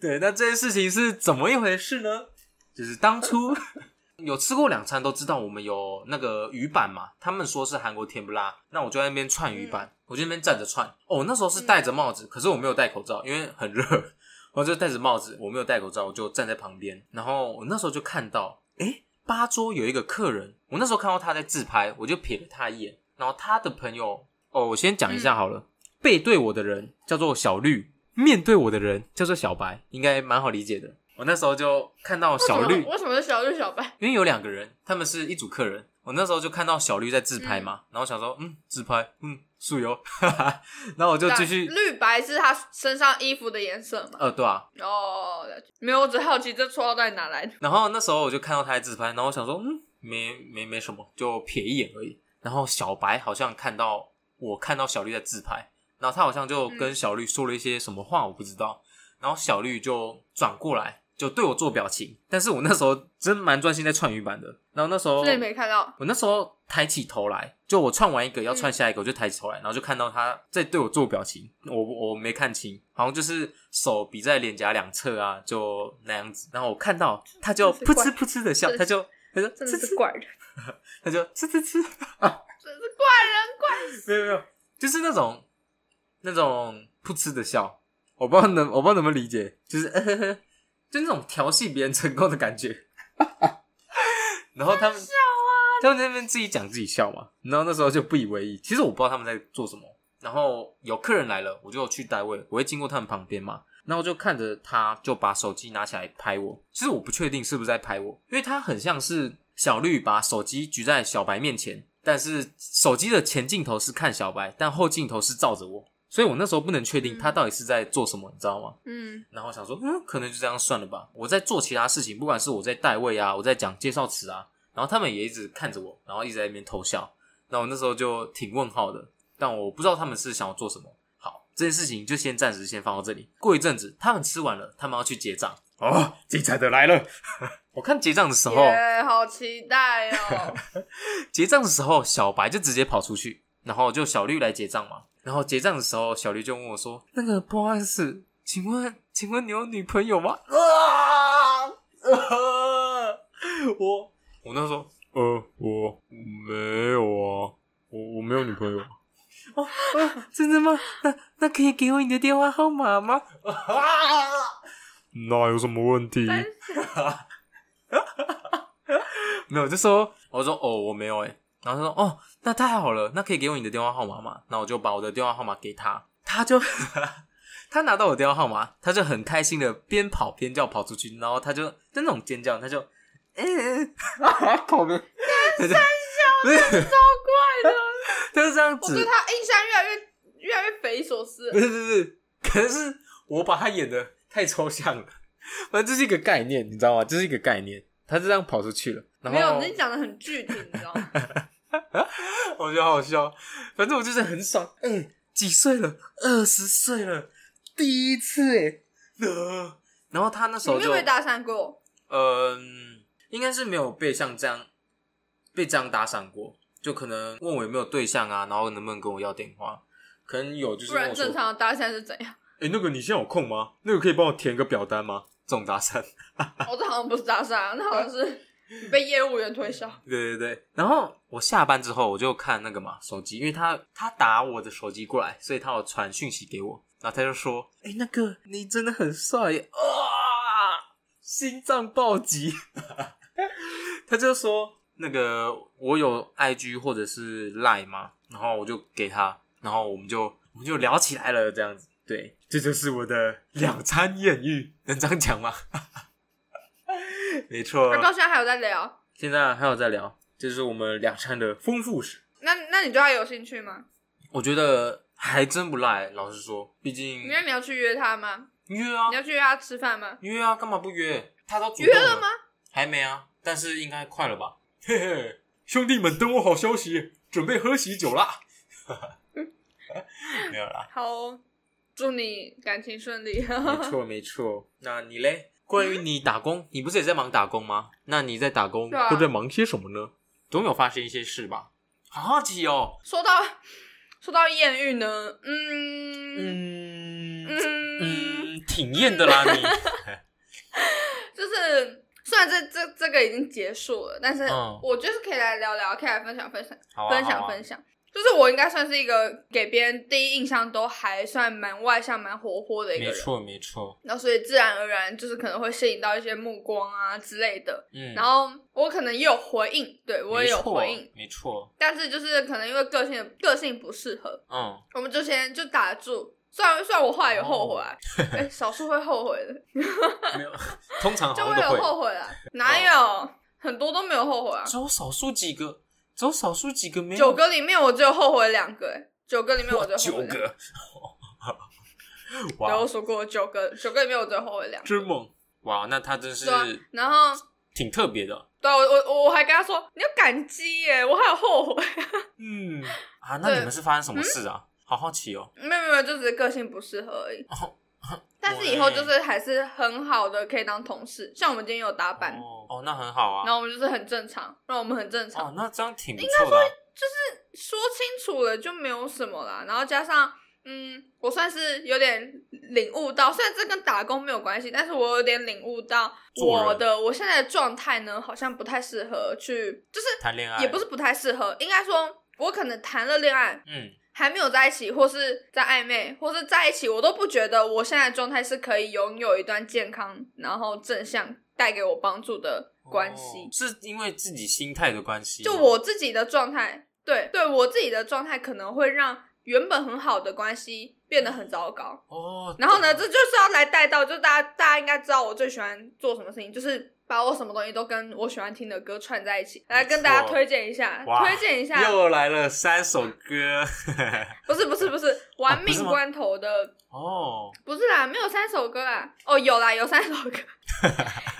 Speaker 2: 对，那这件事情是怎么一回事呢？就是当初 (laughs) 有吃过两餐都知道我们有那个鱼板嘛，他们说是韩国甜不辣，那我就在那边串鱼板，我就那边站着串。哦，那时候是戴着帽子，可是我没有戴口罩，因为很热， (laughs) 我就戴着帽子，我没有戴口罩，我就站在旁边。然后我那时候就看到，诶，八桌有一个客人，我那时候看到他在自拍，我就瞥了他一眼。然后他的朋友，哦，我先讲一下好
Speaker 1: 嗯
Speaker 2: 了，背对我的人叫做小绿，面对我的人叫做小白，应该蛮好理解的。我那时候就看到小绿，
Speaker 1: 为什么是小绿小白？
Speaker 2: 因为有两个人，他们是一组客人。我那时候就看到小绿在自拍嘛，然后想说，嗯，自拍，嗯，素油，哈哈。 (laughs) 然后我就继续，
Speaker 1: 绿白是他身上衣服的颜色嘛？
Speaker 2: 呃，对啊。
Speaker 1: 哦，了解没有，我只好奇这绰号到底哪来的。
Speaker 2: 然后那时候我就看到他在自拍，然后我想说，嗯，没没没什么，就瞥一眼而已。然后小白好像看到我看到小绿在自拍，然后他好像就
Speaker 1: 嗯
Speaker 2: 跟小绿说了一些什么话，我不知道。然后小绿就转过来，就对我做表情，但是我那时候真蛮专心在串鱼板的。然后那时候
Speaker 1: 所以没看到，
Speaker 2: 我那时候抬起头来，就我串完一个要串下一个，我就抬起头来，然后就看到他在对我做表情，我我没看清，好像就是手比在脸颊两侧啊，就那样子。然后我看到他就
Speaker 1: 真是
Speaker 2: 噗
Speaker 1: 怪
Speaker 2: 嗤噗嗤的笑，
Speaker 1: 真
Speaker 2: 他
Speaker 1: 是
Speaker 2: 就他就
Speaker 1: 真
Speaker 2: 嗤
Speaker 1: 的
Speaker 2: 嗤
Speaker 1: 是，怪人，
Speaker 2: 他就嗤嗤嗤，
Speaker 1: 真是怪人怪
Speaker 2: 没有没有，就是那种那种噗嗤的笑，我不知道能我不知道能不能理解，就是 (laughs) 呃呵呵，就那种调戏别人成功的感觉。然后他们他们在那边自己讲自己笑嘛，然后那时候就不以为意。其实我不知道他们在做什么。然后有客人来了，我就去带位，我会经过他们旁边嘛，然后就看着他就把手机拿起来拍我。其实我不确定是不是在拍我，因为他很像是小绿把手机举在小白面前，但是手机的前镜头是看小白，但后镜头是照着我，所以我那时候不能确定他到底是在做什么，你知道吗？
Speaker 1: 嗯，
Speaker 2: 然后想说，嗯，可能就这样算了吧。我在做其他事情，不管是我在带位啊，我在讲介绍词啊，然后他们也一直看着我，然后一直在那边偷笑。那我那时候就挺问号的，但我不知道他们是想要做什么。好，这件事情就先暂时先放到这里。过一阵子，他们吃完了，他们要去结账。哦，精彩的来了！ (laughs) 我看结账的时候
Speaker 1: 耶，好期待
Speaker 2: (laughs)
Speaker 1: 哦！
Speaker 2: 结账的时候，小白就直接跑出去，然后就小绿来结账嘛。然后结账的时候，小绿就问我说：“那个不好意思，请问，请问你有女朋友吗？”啊，啊我我那时候，呃，我没有啊，我我没有女朋友。哦、啊，真的吗？那那可以给我你的电话号码吗？啊， (laughs) 那有什么问题
Speaker 1: 但是
Speaker 2: 没有，就说我说哦，我没有哎、然后他说哦，那太好了，那可以给我你的电话号码吗？那我就把我的电话号码给他，他就 (laughs) 他拿到我电话号码，他就很开心的边跑边叫跑出去，然后他就就那种尖叫，他就 (laughs) 嗯，口边， (laughs) 他就不是，
Speaker 1: 超怪的，
Speaker 2: 他就这样
Speaker 1: 我
Speaker 2: 子
Speaker 1: 对，他印象越来越越来越匪夷所思
Speaker 2: 不。是不是，不是可是我把他演的太抽象了，反正这是一个概念，你知道吗？这是一个概念，他就这样跑出去了，然后
Speaker 1: 没有，你讲的很具体，你知道
Speaker 2: (laughs)
Speaker 1: 吗？
Speaker 2: 我觉得好好笑，反正我就是很爽。哎、几岁了？二十岁了，第一次哎、呃然后他那时
Speaker 1: 你
Speaker 2: 候
Speaker 1: 们有
Speaker 2: 就
Speaker 1: 没有搭讪过？
Speaker 2: 嗯，应该是没有被像这样被这样搭讪过，就可能问我有没有对象啊，然后能不能跟我要电话，可能有就是
Speaker 1: 不
Speaker 2: 跟
Speaker 1: 然
Speaker 2: 我说，
Speaker 1: 正
Speaker 2: 哎、
Speaker 1: 常的搭讪是怎样？ (laughs)
Speaker 2: 那个你现在有空吗？那个可以帮我填个表单吗？这种搭讪。
Speaker 1: 哦我这好像不是搭讪，啊那好像
Speaker 2: (laughs)
Speaker 1: 是被业务员推销。
Speaker 2: 对对对，然后我下班之后我就看那个嘛手机，因为他他打我的手机过来，所以他有传讯息给我，然后他就说：“哎、那个你真的很帅耶啊！”心脏暴击， (laughs) 他就说：“那个我有 IG 或者是 Line 吗？”然后我就给他，然后我们就我们就聊起来了，这样子。对，这就是我的两餐艳遇，能这样讲吗？ (laughs) 没错，
Speaker 1: 而到现在哎还有在聊，
Speaker 2: 现在还有在聊，这是我们两餐的丰富史。
Speaker 1: 那那你对他有兴趣
Speaker 2: 嗯
Speaker 1: 吗？
Speaker 2: 我觉得还真不赖，老实说，毕竟
Speaker 1: 因为你要去约他吗？
Speaker 2: 约啊
Speaker 1: 你要去约他吃饭吗？
Speaker 2: 约啊，干嘛不约？他都主动
Speaker 1: 约了吗？
Speaker 2: 还没啊，但是应该快了吧？嘿嘿，兄弟们，等我好消 (laughs) 息，准备喝喜酒啦！没有啦，
Speaker 1: 好哦，祝你感情顺利。
Speaker 2: 没错没错。那你嘞？关于你打工，你不是也在忙打工吗？那你在打工
Speaker 1: 对啊
Speaker 2: 都在忙些什么呢？总有发生一些事吧？好好奇哦。
Speaker 1: (laughs) 说到说到艳遇呢，嗯
Speaker 2: 嗯
Speaker 1: 嗯，
Speaker 2: 嗯，挺艳的啦
Speaker 1: (laughs)
Speaker 2: 你。
Speaker 1: 就是虽然这这这个已经结束了，但是
Speaker 2: 嗯
Speaker 1: 我就是可以来聊聊，可以来分享分享
Speaker 2: 好啊
Speaker 1: 分
Speaker 2: 好
Speaker 1: 享
Speaker 2: 啊
Speaker 1: 分享。就是我应该算是一个给别人第一印象都还算蛮外向、蛮活泼的一个
Speaker 2: 没
Speaker 1: 人，
Speaker 2: 错没错。
Speaker 1: 那所以自然而然就是可能会吸引到一些目光啊之类的。
Speaker 2: 嗯，
Speaker 1: 然后我可能也有回应，对我也有
Speaker 2: 没错
Speaker 1: 回应，
Speaker 2: 没错。
Speaker 1: 但是就是可能因为个性的个性不适合，
Speaker 2: 嗯，
Speaker 1: 我们就先就打住。虽然虽然我后来有后悔、啊，
Speaker 2: 哦
Speaker 1: 哎、少数会后悔的，
Speaker 2: 没有，通常
Speaker 1: 就
Speaker 2: (laughs) 好像
Speaker 1: 会
Speaker 2: 都
Speaker 1: 有
Speaker 2: 会。
Speaker 1: 后悔啊，哪有？很多都没有后悔啊。
Speaker 2: 只有少数几个，只有少数几个没有。
Speaker 1: 九个里面我只有后悔两个、哎，九个里面我
Speaker 2: 哇，
Speaker 1: 只有后悔
Speaker 2: 九
Speaker 1: 两 (laughs)
Speaker 2: 个，
Speaker 1: 对，我
Speaker 2: 哇，
Speaker 1: 说过九个，九个里面我只有后悔两个。
Speaker 2: 真猛！哇，那他真是
Speaker 1: 对啊，然后
Speaker 2: 挺特别的。
Speaker 1: 对啊我我我还跟他说你要感激耶、我还有后悔， (laughs)
Speaker 2: 嗯，啊，那
Speaker 1: 对嗯
Speaker 2: 你们是发生什么事啊？好好奇哦。
Speaker 1: 没有没有，就只是个性不适合而已。
Speaker 2: (laughs) 哦
Speaker 1: 但是以后就是还是很好的，可以当同事。像我们今天有搭班，
Speaker 2: 哦，哦那很好啊。
Speaker 1: 然后我们就是很正常，让我们很正常。
Speaker 2: 哦，那这样挺不错的啊。
Speaker 1: 说清楚了就没有什么啦。然后加上，嗯，我算是有点领悟到，虽然这跟打工没有关系，但是我有点领悟到
Speaker 2: 做人
Speaker 1: 我的我现在的状态呢，好像不太适合去，就是
Speaker 2: 谈恋爱
Speaker 1: 也不是不太适合，应该说，我可能谈了恋爱。
Speaker 2: 嗯，
Speaker 1: 还没有在一起，或是在暧昧，或是在一起，我都不觉得我现在的状态是可以拥有一段健康，然后正向带给我帮助的关系。
Speaker 2: 哦是因为自己心态的关系吗。
Speaker 1: 就我自己的状态，对对我自己的状态可能会让原本很好的关系变得很糟糕。
Speaker 2: 哦，
Speaker 1: 然后呢，这就是要来带到，就大家大家应该知道我最喜欢做什么事情，就是把我什么东西都跟我喜欢听的歌串在一起，来跟大家推荐一下，
Speaker 2: 哇
Speaker 1: 推荐一下，
Speaker 2: 又来了三首歌。
Speaker 1: 不是不是不是，玩
Speaker 2: 不是
Speaker 1: 命
Speaker 2: 吗
Speaker 1: 关头的
Speaker 2: (laughs) 哦，
Speaker 1: 哦不是啦，没有三首歌啦。哦，有啦，有三首
Speaker 2: (laughs)
Speaker 1: 歌，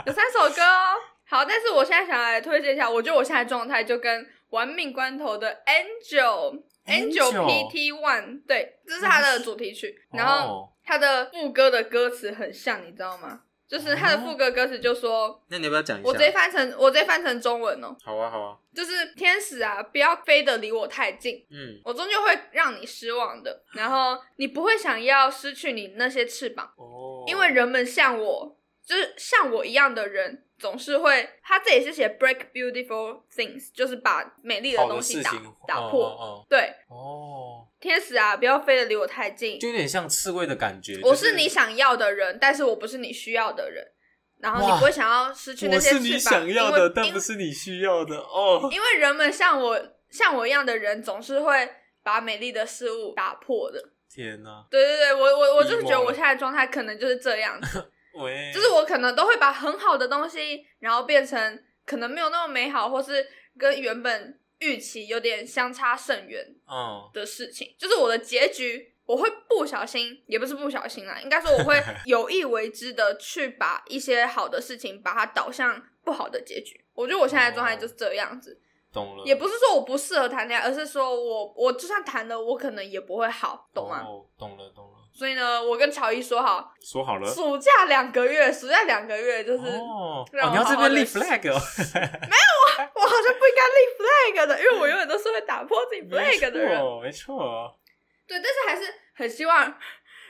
Speaker 1: 有三首歌哦。好，但是我现在想来推荐一下，我觉得我现在状态就跟《玩命关头》的 Angel
Speaker 2: Angel
Speaker 1: Angel PT One，对，这是他的主题曲，
Speaker 2: 哦
Speaker 1: 然后他的副歌的歌词很像，你知道吗？就是他的副歌歌词就说，
Speaker 2: 那你要不要哦讲一下？
Speaker 1: 我直接翻成我直接翻成中文哦，
Speaker 2: 好啊，好啊。
Speaker 1: 就是天使啊，不要飞得离我太近，
Speaker 2: 嗯，
Speaker 1: 我终究会让你失望的，然
Speaker 2: (laughs)
Speaker 1: 后你不会想要失去你那些翅膀。
Speaker 2: 哦，
Speaker 1: 因为人们像我，就是像我一样的人，总是会，他这里是写 break beautiful things，就是把美丽
Speaker 2: 好
Speaker 1: 东
Speaker 2: 的
Speaker 1: 西
Speaker 2: 事
Speaker 1: 打
Speaker 2: 情
Speaker 1: 打
Speaker 2: 哦
Speaker 1: 破。
Speaker 2: 哦
Speaker 1: 对，
Speaker 2: 哦哦，
Speaker 1: 天使啊，不要飞得离我太近。
Speaker 2: 就有点像刺猬的感觉。
Speaker 1: 我
Speaker 2: 就是
Speaker 1: 你想要的人，但是我不是你需要的人。然后你
Speaker 2: 哇
Speaker 1: 不会想要失去那
Speaker 2: 我
Speaker 1: 些
Speaker 2: 是
Speaker 1: 翅膀，
Speaker 2: 你想要
Speaker 1: 因
Speaker 2: 的，
Speaker 1: 为
Speaker 2: 但
Speaker 1: 因
Speaker 2: 不
Speaker 1: 为
Speaker 2: 是你需要的哦。
Speaker 1: 因为人们像我像我一样的人，总是会把美丽的事物打破的。
Speaker 2: 天哪，
Speaker 1: 对对对，我我我就是
Speaker 2: emo
Speaker 1: 觉得我
Speaker 2: 了
Speaker 1: 现在的状态可能就是这样
Speaker 2: (laughs)
Speaker 1: 子。
Speaker 2: 喂，
Speaker 1: 就是我可能都会把很好的东西，然后变成可能没有那么美好，或是跟原本预期有点相差甚远
Speaker 2: 嗯，
Speaker 1: 的事情。就是我的结局，我会不小心，也不是不小心啦，应该说我
Speaker 2: (laughs)
Speaker 1: 会有意为之的去把一些好的事情，把它导向不好的结局。我觉得我现在的状态就是这样子，
Speaker 2: 懂了，
Speaker 1: 也不是说我不适合谈恋爱，而是说我我就算谈了，我可能也不会好，懂啊吗？
Speaker 2: 哦，懂了，懂了，
Speaker 1: 所以呢，我跟乔伊说好，
Speaker 2: 说好了。
Speaker 1: 暑假两个月，暑假两个月就是。
Speaker 2: 哦，哦
Speaker 1: 让我
Speaker 2: 你要
Speaker 1: 好
Speaker 2: 这
Speaker 1: 好
Speaker 2: 边
Speaker 1: 地
Speaker 2: 立
Speaker 1: 试
Speaker 2: flag 哦，
Speaker 1: 我好像不应该立 flag 的，因为我永远都是会打破自己
Speaker 2: 没
Speaker 1: flag 的人。
Speaker 2: 错，没错，
Speaker 1: 对，但是还是很希望，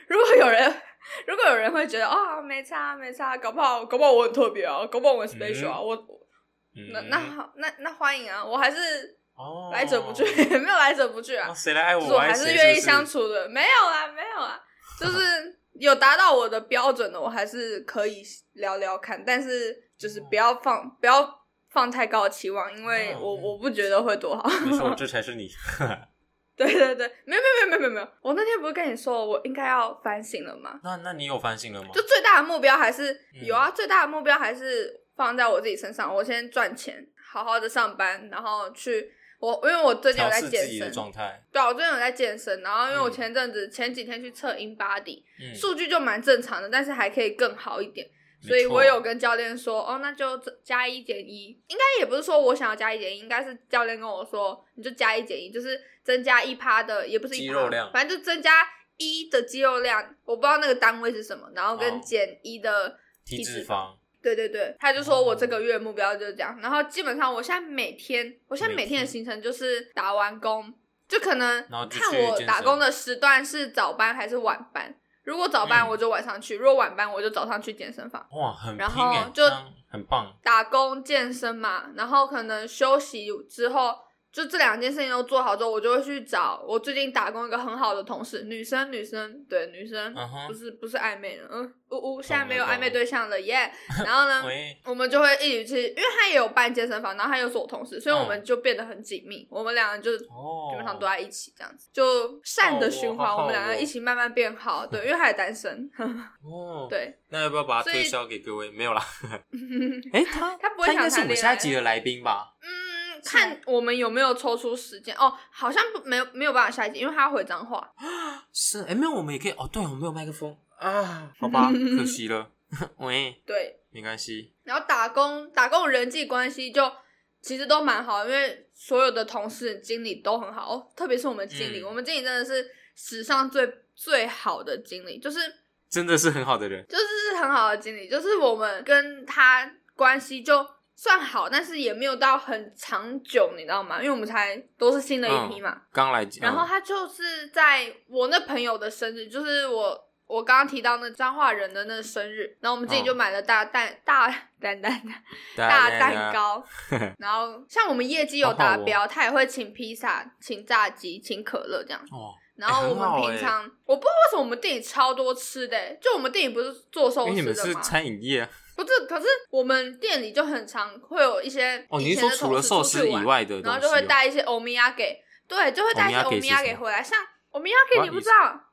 Speaker 1: 如果有人， (laughs) 如果有人会觉得啊、没差没差，搞不好搞不好我很特别啊，搞不好我很 special 啊，我那
Speaker 2: 嗯
Speaker 1: 那好那那欢迎啊，我还是
Speaker 2: 哦，
Speaker 1: 来者不拒， (laughs) 没有来者不拒啊
Speaker 2: 哦，，谁来爱
Speaker 1: 就是
Speaker 2: 我，
Speaker 1: 我
Speaker 2: 爱
Speaker 1: 还
Speaker 2: 谁
Speaker 1: 是愿意
Speaker 2: 不
Speaker 1: 相处的，没有啦没有啦，就是有达到我的标准的，我还是可以聊聊看，但是就是不要放不要放太高的期望，因为
Speaker 2: 哦
Speaker 1: 我我不觉得会多好。 (laughs)
Speaker 2: (laughs) 没错，这才是你。
Speaker 1: 对对对，没有没有没有没有没有，我那天不是跟你说我应该要反省了吗？
Speaker 2: 那那你有反省了吗
Speaker 1: 就？最大的目标还是
Speaker 2: 嗯
Speaker 1: 有啊，最大的目标还是放在我自己身上，我先赚钱，好好的上班，然后去我因为我最近有
Speaker 2: 调
Speaker 1: 在
Speaker 2: 试自
Speaker 1: 健
Speaker 2: 己的
Speaker 1: 身，
Speaker 2: 状态，
Speaker 1: 对啊，我最近有在健身，然后因为我
Speaker 2: 嗯
Speaker 1: 前阵子、前几天去测 in body，
Speaker 2: 嗯，
Speaker 1: 数据就蛮正常的，但是还可以更好一点。
Speaker 2: 没
Speaker 1: 所以我
Speaker 2: 错
Speaker 1: 有跟教练说，哦，那就这加一减一，应该也不是说我想要加一减一，应该是教练跟我说，你就加一减一，就是增加一趴的，也不是一
Speaker 2: 肌
Speaker 1: 趴
Speaker 2: 肉量
Speaker 1: 反正就增加一的肌肉量，我不知道那个单位是什么，然后
Speaker 2: 哦
Speaker 1: 跟减一的
Speaker 2: 体脂
Speaker 1: 脂
Speaker 2: 肪，
Speaker 1: 对对对，他就说我这
Speaker 2: 哦
Speaker 1: 个月目标就是这样，然后基本上我现在每天，我现在
Speaker 2: 每
Speaker 1: 每天的
Speaker 2: 天
Speaker 1: 行程就是打完工，就可能
Speaker 2: 然后就
Speaker 1: 看
Speaker 2: 去健
Speaker 1: 我
Speaker 2: 身
Speaker 1: 打工的时段是早班还是晚班。如果早班
Speaker 2: 嗯
Speaker 1: 我就晚上去，如果晚班我就早上去健身房
Speaker 2: 哇，很
Speaker 1: 然
Speaker 2: 拼欸
Speaker 1: 后就
Speaker 2: 这样很棒，
Speaker 1: 打工健身嘛，然后可能休息之后，就这两件事情都做好之后，我就会去找我最近打工一个很好的同事，女生女生对女生
Speaker 2: 嗯
Speaker 1: 不
Speaker 2: 哼，
Speaker 1: 是不是暧昧人，嗯呜呜，现在没有
Speaker 2: 懂了
Speaker 1: 暧昧对象了
Speaker 2: (laughs)
Speaker 1: 耶。然后呢，
Speaker 2: 喂，
Speaker 1: 我们就会一起去，因为他也有办健身房，然后他又是我同事，所以我们就变得很紧密，我们两个就基
Speaker 2: 嗯哦，
Speaker 1: 本上都在一起这样子，就善的循环，
Speaker 2: 好
Speaker 1: 我
Speaker 2: 好
Speaker 1: 们两个
Speaker 2: 哦
Speaker 1: 一起慢慢变好。
Speaker 2: (laughs)
Speaker 1: 对，因为他也单身， (laughs)
Speaker 2: 哦，，
Speaker 1: 对，
Speaker 2: 那要不要把它
Speaker 1: 所
Speaker 2: 推
Speaker 1: 以
Speaker 2: 销给各位？
Speaker 1: (laughs)
Speaker 2: 没有啦，哎，他
Speaker 1: 他不会
Speaker 2: 应
Speaker 1: 想
Speaker 2: 该是我
Speaker 1: 谈
Speaker 2: 们
Speaker 1: 恋
Speaker 2: 下
Speaker 1: 爱。
Speaker 2: 一集的来宾吧？
Speaker 1: 嗯，看我们有没有抽出时间哦，好像不没有没有办法下一集，因为他要回彰化。
Speaker 2: 是，哎，没有，我们也可以哦，对，我们没有麦克风啊，好吧，可惜了， (laughs) 喂，
Speaker 1: 对，
Speaker 2: 没关系，
Speaker 1: 然后打工打工人际关系就其实都蛮好，因为所有的同事经理都很好，哦、特别是我们经理，
Speaker 2: 嗯
Speaker 1: 我们经理真的是史上最最好的经理，就是
Speaker 2: 真的是很好的人，
Speaker 1: 就是很好的经理，就是我们跟他关系就算好，但是也没有到很长久，你知道吗？因为我们才都是新的一批嘛。
Speaker 2: 刚来，
Speaker 1: 然后
Speaker 2: 嗯
Speaker 1: 他就是在我那朋友的生日，就是我我刚刚提到那彰化人的那生日，然后我们自己就买了大蛋大蛋蛋蛋大蛋，糕， (laughs) 然后像我们业绩有达标，他也会请披萨、请炸鸡、请可乐这样。
Speaker 2: 哦，
Speaker 1: 然后我
Speaker 2: 很好
Speaker 1: 们平
Speaker 2: 欸
Speaker 1: 常、我不知道为什么我们店里超多吃的欸、就我们店里不是做寿
Speaker 2: 因为你
Speaker 1: 司
Speaker 2: 们
Speaker 1: 的
Speaker 2: 是
Speaker 1: 吗？
Speaker 2: 餐饮业啊
Speaker 1: 不是，可是我们店里就很常会有一些
Speaker 2: 哦，你
Speaker 1: 以
Speaker 2: 是
Speaker 1: 前
Speaker 2: 说
Speaker 1: 的
Speaker 2: 除
Speaker 1: 同
Speaker 2: 了
Speaker 1: 事
Speaker 2: 寿
Speaker 1: 出去
Speaker 2: 司以
Speaker 1: 玩
Speaker 2: 外的
Speaker 1: 然
Speaker 2: 东西哦，
Speaker 1: 后就会带一些欧米亚给，对，就会带一些欧
Speaker 2: omiyage
Speaker 1: 米
Speaker 2: 是
Speaker 1: 亚
Speaker 2: 什
Speaker 1: 给
Speaker 2: 么
Speaker 1: 回来。像欧米亚给你不知道，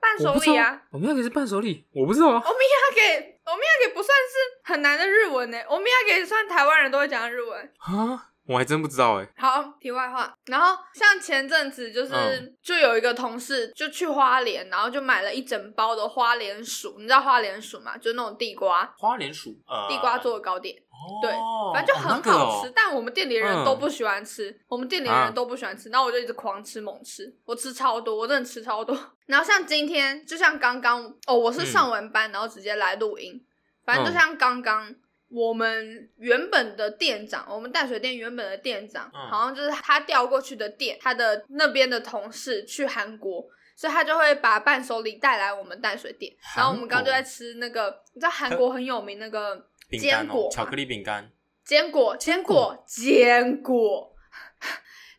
Speaker 1: 伴手
Speaker 2: 我不知
Speaker 1: 礼
Speaker 2: 道
Speaker 1: 啊，，哦
Speaker 2: 我们要给是伴手礼，我不知道啊。
Speaker 1: 他给欧米亚给不算是很难的日文呢，欧米亚给算台湾人都会讲的日文。
Speaker 2: 啊，我还真不知道哎、
Speaker 1: 好，题外话，然后像前阵子就是、
Speaker 2: 嗯
Speaker 1: 就有一个同事就去花莲，然后就买了一整包的花莲薯，你知道花莲薯吗？就是那种地瓜，
Speaker 2: 花莲薯，呃
Speaker 1: 地瓜做的糕点。
Speaker 2: 哦
Speaker 1: 对反正就很好吃，但我们店里的人都不喜欢吃，我们店里的
Speaker 2: 嗯啊
Speaker 1: 人都不喜欢吃，然后我就一直狂吃猛吃，我吃超多，我真的吃超多。然后像今天，就像刚刚哦，我
Speaker 2: 嗯
Speaker 1: 是上完班、然后直接来录音，反正就像刚刚。我们原本的店长，我们淡水店原本的店长，
Speaker 2: 嗯
Speaker 1: 好像就是他调过去的店，他的那边的同事去韩国，所以他就会把伴手礼带来我们淡水店。然后我们刚刚就在吃那个，你知道韩国很有名那个
Speaker 2: 饼
Speaker 1: 坚
Speaker 2: 干
Speaker 1: 果
Speaker 2: 哦
Speaker 1: 嘛，
Speaker 2: 巧克力饼干，
Speaker 1: 坚果，坚果，坚果，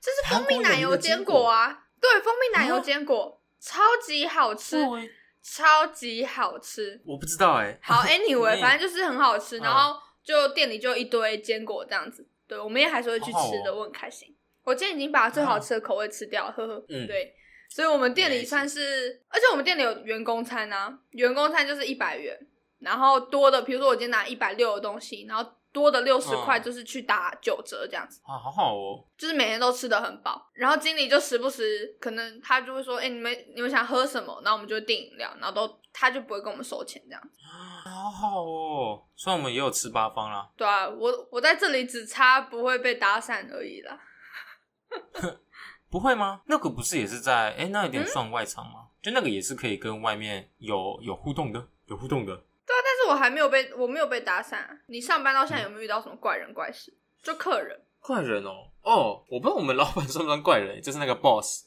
Speaker 1: 这是
Speaker 2: 韩
Speaker 1: 蜂
Speaker 2: 国
Speaker 1: 蜜奶油坚果啊！哦对，蜂蜜奶油坚果，超级好吃，
Speaker 2: 是
Speaker 1: 超级好吃。
Speaker 2: 我不知道 (laughs) 哎、
Speaker 1: 好
Speaker 2: 嗯
Speaker 1: ，anyway，反正就是很好吃，
Speaker 2: 嗯
Speaker 1: 然后就店里就一堆坚果这样子。对，我们也还是会去
Speaker 2: 好好
Speaker 1: 吃的，
Speaker 2: 哦
Speaker 1: 我很开心。我今天已经把最好吃的口味吃掉了，呵呵。
Speaker 2: 嗯
Speaker 1: 对，所以我们店
Speaker 2: 没
Speaker 1: 里
Speaker 2: 事
Speaker 1: 算是，而且我们店里有员工餐啊，员工餐就是一百元，然后多的，比如说我今天拿一百六的东西，然后多的六十
Speaker 2: 嗯
Speaker 1: 块就是去打九折这样子。
Speaker 2: 啊，好好哦，
Speaker 1: 就是每天都吃的很饱，然后经理就时不时可能他就会说，哎、你们你们想喝什么？然后我们就会订饮料，然后都他就不会跟我们收钱这样。
Speaker 2: 啊好好哦。虽然我们也有吃八方啦，
Speaker 1: 对啊，我我在这里只差不会被搭讪而已啦。
Speaker 2: 不会吗？那个不是也是在哎、那有
Speaker 1: 嗯
Speaker 2: 点算外场吗？就那个也是可以跟外面有有互动的，有互动的。
Speaker 1: 但是我还没有被我没有被搭讪、啊。你上班到
Speaker 2: 嗯
Speaker 1: 现在有没有遇到什么怪人怪事？就客人，
Speaker 2: 怪人哦，哦，我不知道我们老板算不算怪人， (laughs) 就是那个 boss，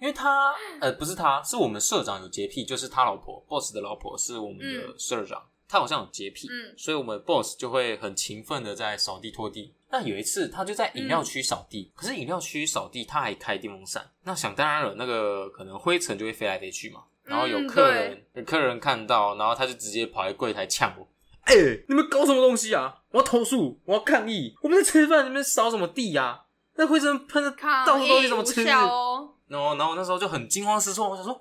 Speaker 2: 因为他呃不是他，是我们社长有洁癖，就是他老婆 boss 的老婆是我们的社长，他好像有洁癖，
Speaker 1: 嗯
Speaker 2: 所以我们 boss 就会很勤奋的在扫地拖地。那有一次他就在饮料区扫
Speaker 1: 嗯
Speaker 2: 地，可是饮料区扫地他还开电风扇，那想当然了，那个可能灰尘就会飞来飞去嘛，然后有
Speaker 1: 嗯
Speaker 2: 客人、有客人看到，然后他就直接跑来柜台呛我，哎、你们搞什么东西啊？我要投诉，我要抗议！我们在吃饭，你们扫什么地呀、那灰尘喷的到
Speaker 1: 抗
Speaker 2: 处都是，
Speaker 1: 议
Speaker 2: 怎么
Speaker 1: 无
Speaker 2: 吃？
Speaker 1: 效哦。
Speaker 2: 然后，然后我那时候就很惊慌失措，我想说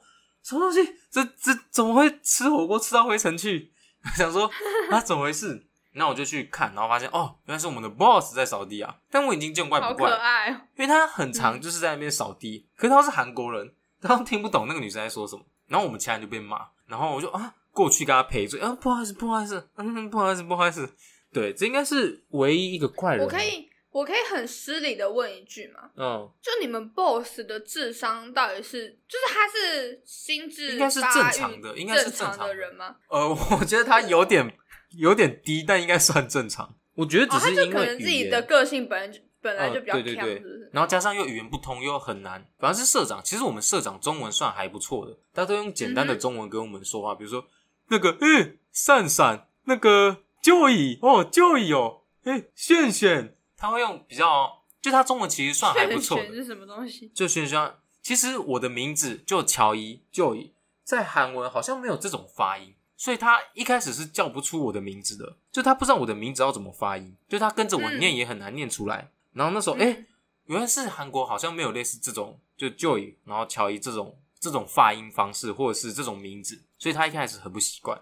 Speaker 2: 什么东西？这这怎么会吃火锅吃到灰尘去？ (laughs) 我想说啊，怎么回事？那我就去看，然后发现哦，原来是我们的 boss 在扫地啊！但我已经见怪
Speaker 1: 好
Speaker 2: 不
Speaker 1: 可
Speaker 2: 怪，
Speaker 1: 爱哦，
Speaker 2: 因为他很常就是在那边扫地，可是他是韩国人，他都听不懂那个女生在说什么。然后我们其他人就被骂，然后我就啊过去跟他赔罪，啊不好意思不好意思，嗯不好意思不好意思。对，这应该是唯一一个怪人。
Speaker 1: 我可以。我可以很失礼的问一句吗？
Speaker 2: 嗯，
Speaker 1: 就你们 boss 的智商到底是，就是他是心智
Speaker 2: 应该是
Speaker 1: 发
Speaker 2: 正
Speaker 1: 育
Speaker 2: 常的应该是
Speaker 1: 正
Speaker 2: 正常
Speaker 1: 的
Speaker 2: 的
Speaker 1: 人吗？
Speaker 2: 呃，我觉得他有点有点低，但应该算正常。我觉得
Speaker 1: 哦，
Speaker 2: 只
Speaker 1: 他
Speaker 2: 是
Speaker 1: 就
Speaker 2: 因
Speaker 1: 可
Speaker 2: 为
Speaker 1: 能
Speaker 2: 语
Speaker 1: 自己
Speaker 2: 言
Speaker 1: 的个性本来就本来
Speaker 2: 嗯
Speaker 1: 就比较强，
Speaker 2: 对对对
Speaker 1: 是不是？
Speaker 2: 然后加上又语言不通又很难，反正是社长。其实我们社长中文算还不错的，他都用简单的
Speaker 1: 嗯哼
Speaker 2: 中文跟我们说话，比如说那个嗯，闪闪，那个 Joy 哦，Joy 哦，哎，炫炫，他会用比较，就他中文其实算还不错
Speaker 1: 炫
Speaker 2: 的，
Speaker 1: 是什么东西？
Speaker 2: 就炫炫。其实我的名字就乔伊，Joy，在韩文好像没有这种发音。所以他一开始是叫不出我的名字的，就他不知道我的名字要怎么发音，就他跟着我
Speaker 1: 嗯
Speaker 2: 念也很难念出来。然后那时候，哎、
Speaker 1: 嗯
Speaker 2: 原来是韩国好像没有类似这种，就 Joy 然后乔伊这种这种发音方式，或者是这种名字，所以他一开始很不习惯，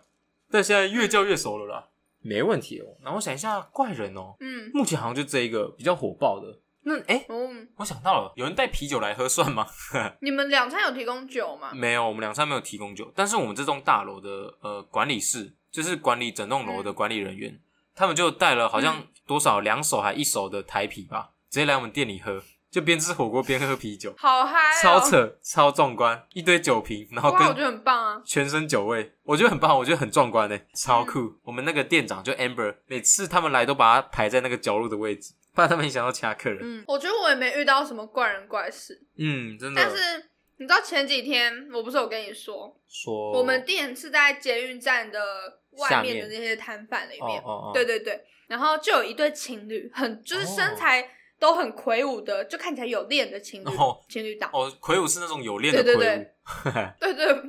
Speaker 2: 但现在越叫越熟了啦，没问题哦。然后我想一下，怪人哦，
Speaker 1: 嗯，
Speaker 2: 目前好像就这一个比较火爆的。那哎、诶
Speaker 1: 哦，
Speaker 2: 我想到了，有人带啤酒来喝算吗？ (laughs)
Speaker 1: 你们两餐有提供酒吗？
Speaker 2: 没有，我们两餐没有提供酒，但是我们这栋大楼的呃管理室，就是管理整栋楼
Speaker 1: 嗯
Speaker 2: 的管理人员，他们就带了好像多少两手还一手的台啤吧，直接来我们店里喝，就边吃火锅边喝啤酒，
Speaker 1: 好嗨、哦！
Speaker 2: 超扯，超壮观，一堆酒瓶，然后
Speaker 1: 哇，我觉
Speaker 2: 跟
Speaker 1: 得很棒啊！
Speaker 2: 全身酒味，我觉得很棒，我觉得很壮观呢、欸超
Speaker 1: 嗯
Speaker 2: 酷。我们那个店长就 Amber，每次他们来都把他排在那个角落的位置，怕他们影响到其他客人。
Speaker 1: 嗯，我觉得我也没遇到什么怪人怪事，
Speaker 2: 嗯，真的。
Speaker 1: 但是你知道前几天我不是有跟你说，
Speaker 2: 说
Speaker 1: 我们店是在捷运站的外
Speaker 2: 下
Speaker 1: 面的
Speaker 2: 面
Speaker 1: 那些摊贩里
Speaker 2: 哦
Speaker 1: 面，
Speaker 2: 哦哦，
Speaker 1: 对对对，然后就有一对情侣，很就是身
Speaker 2: 哦
Speaker 1: 材都很魁梧的，就看起来有练的情侣、
Speaker 2: 哦
Speaker 1: 情侣档，
Speaker 2: 哦，魁梧是那种有练的
Speaker 1: 对
Speaker 2: 魁
Speaker 1: 对
Speaker 2: 梧。
Speaker 1: 对对对。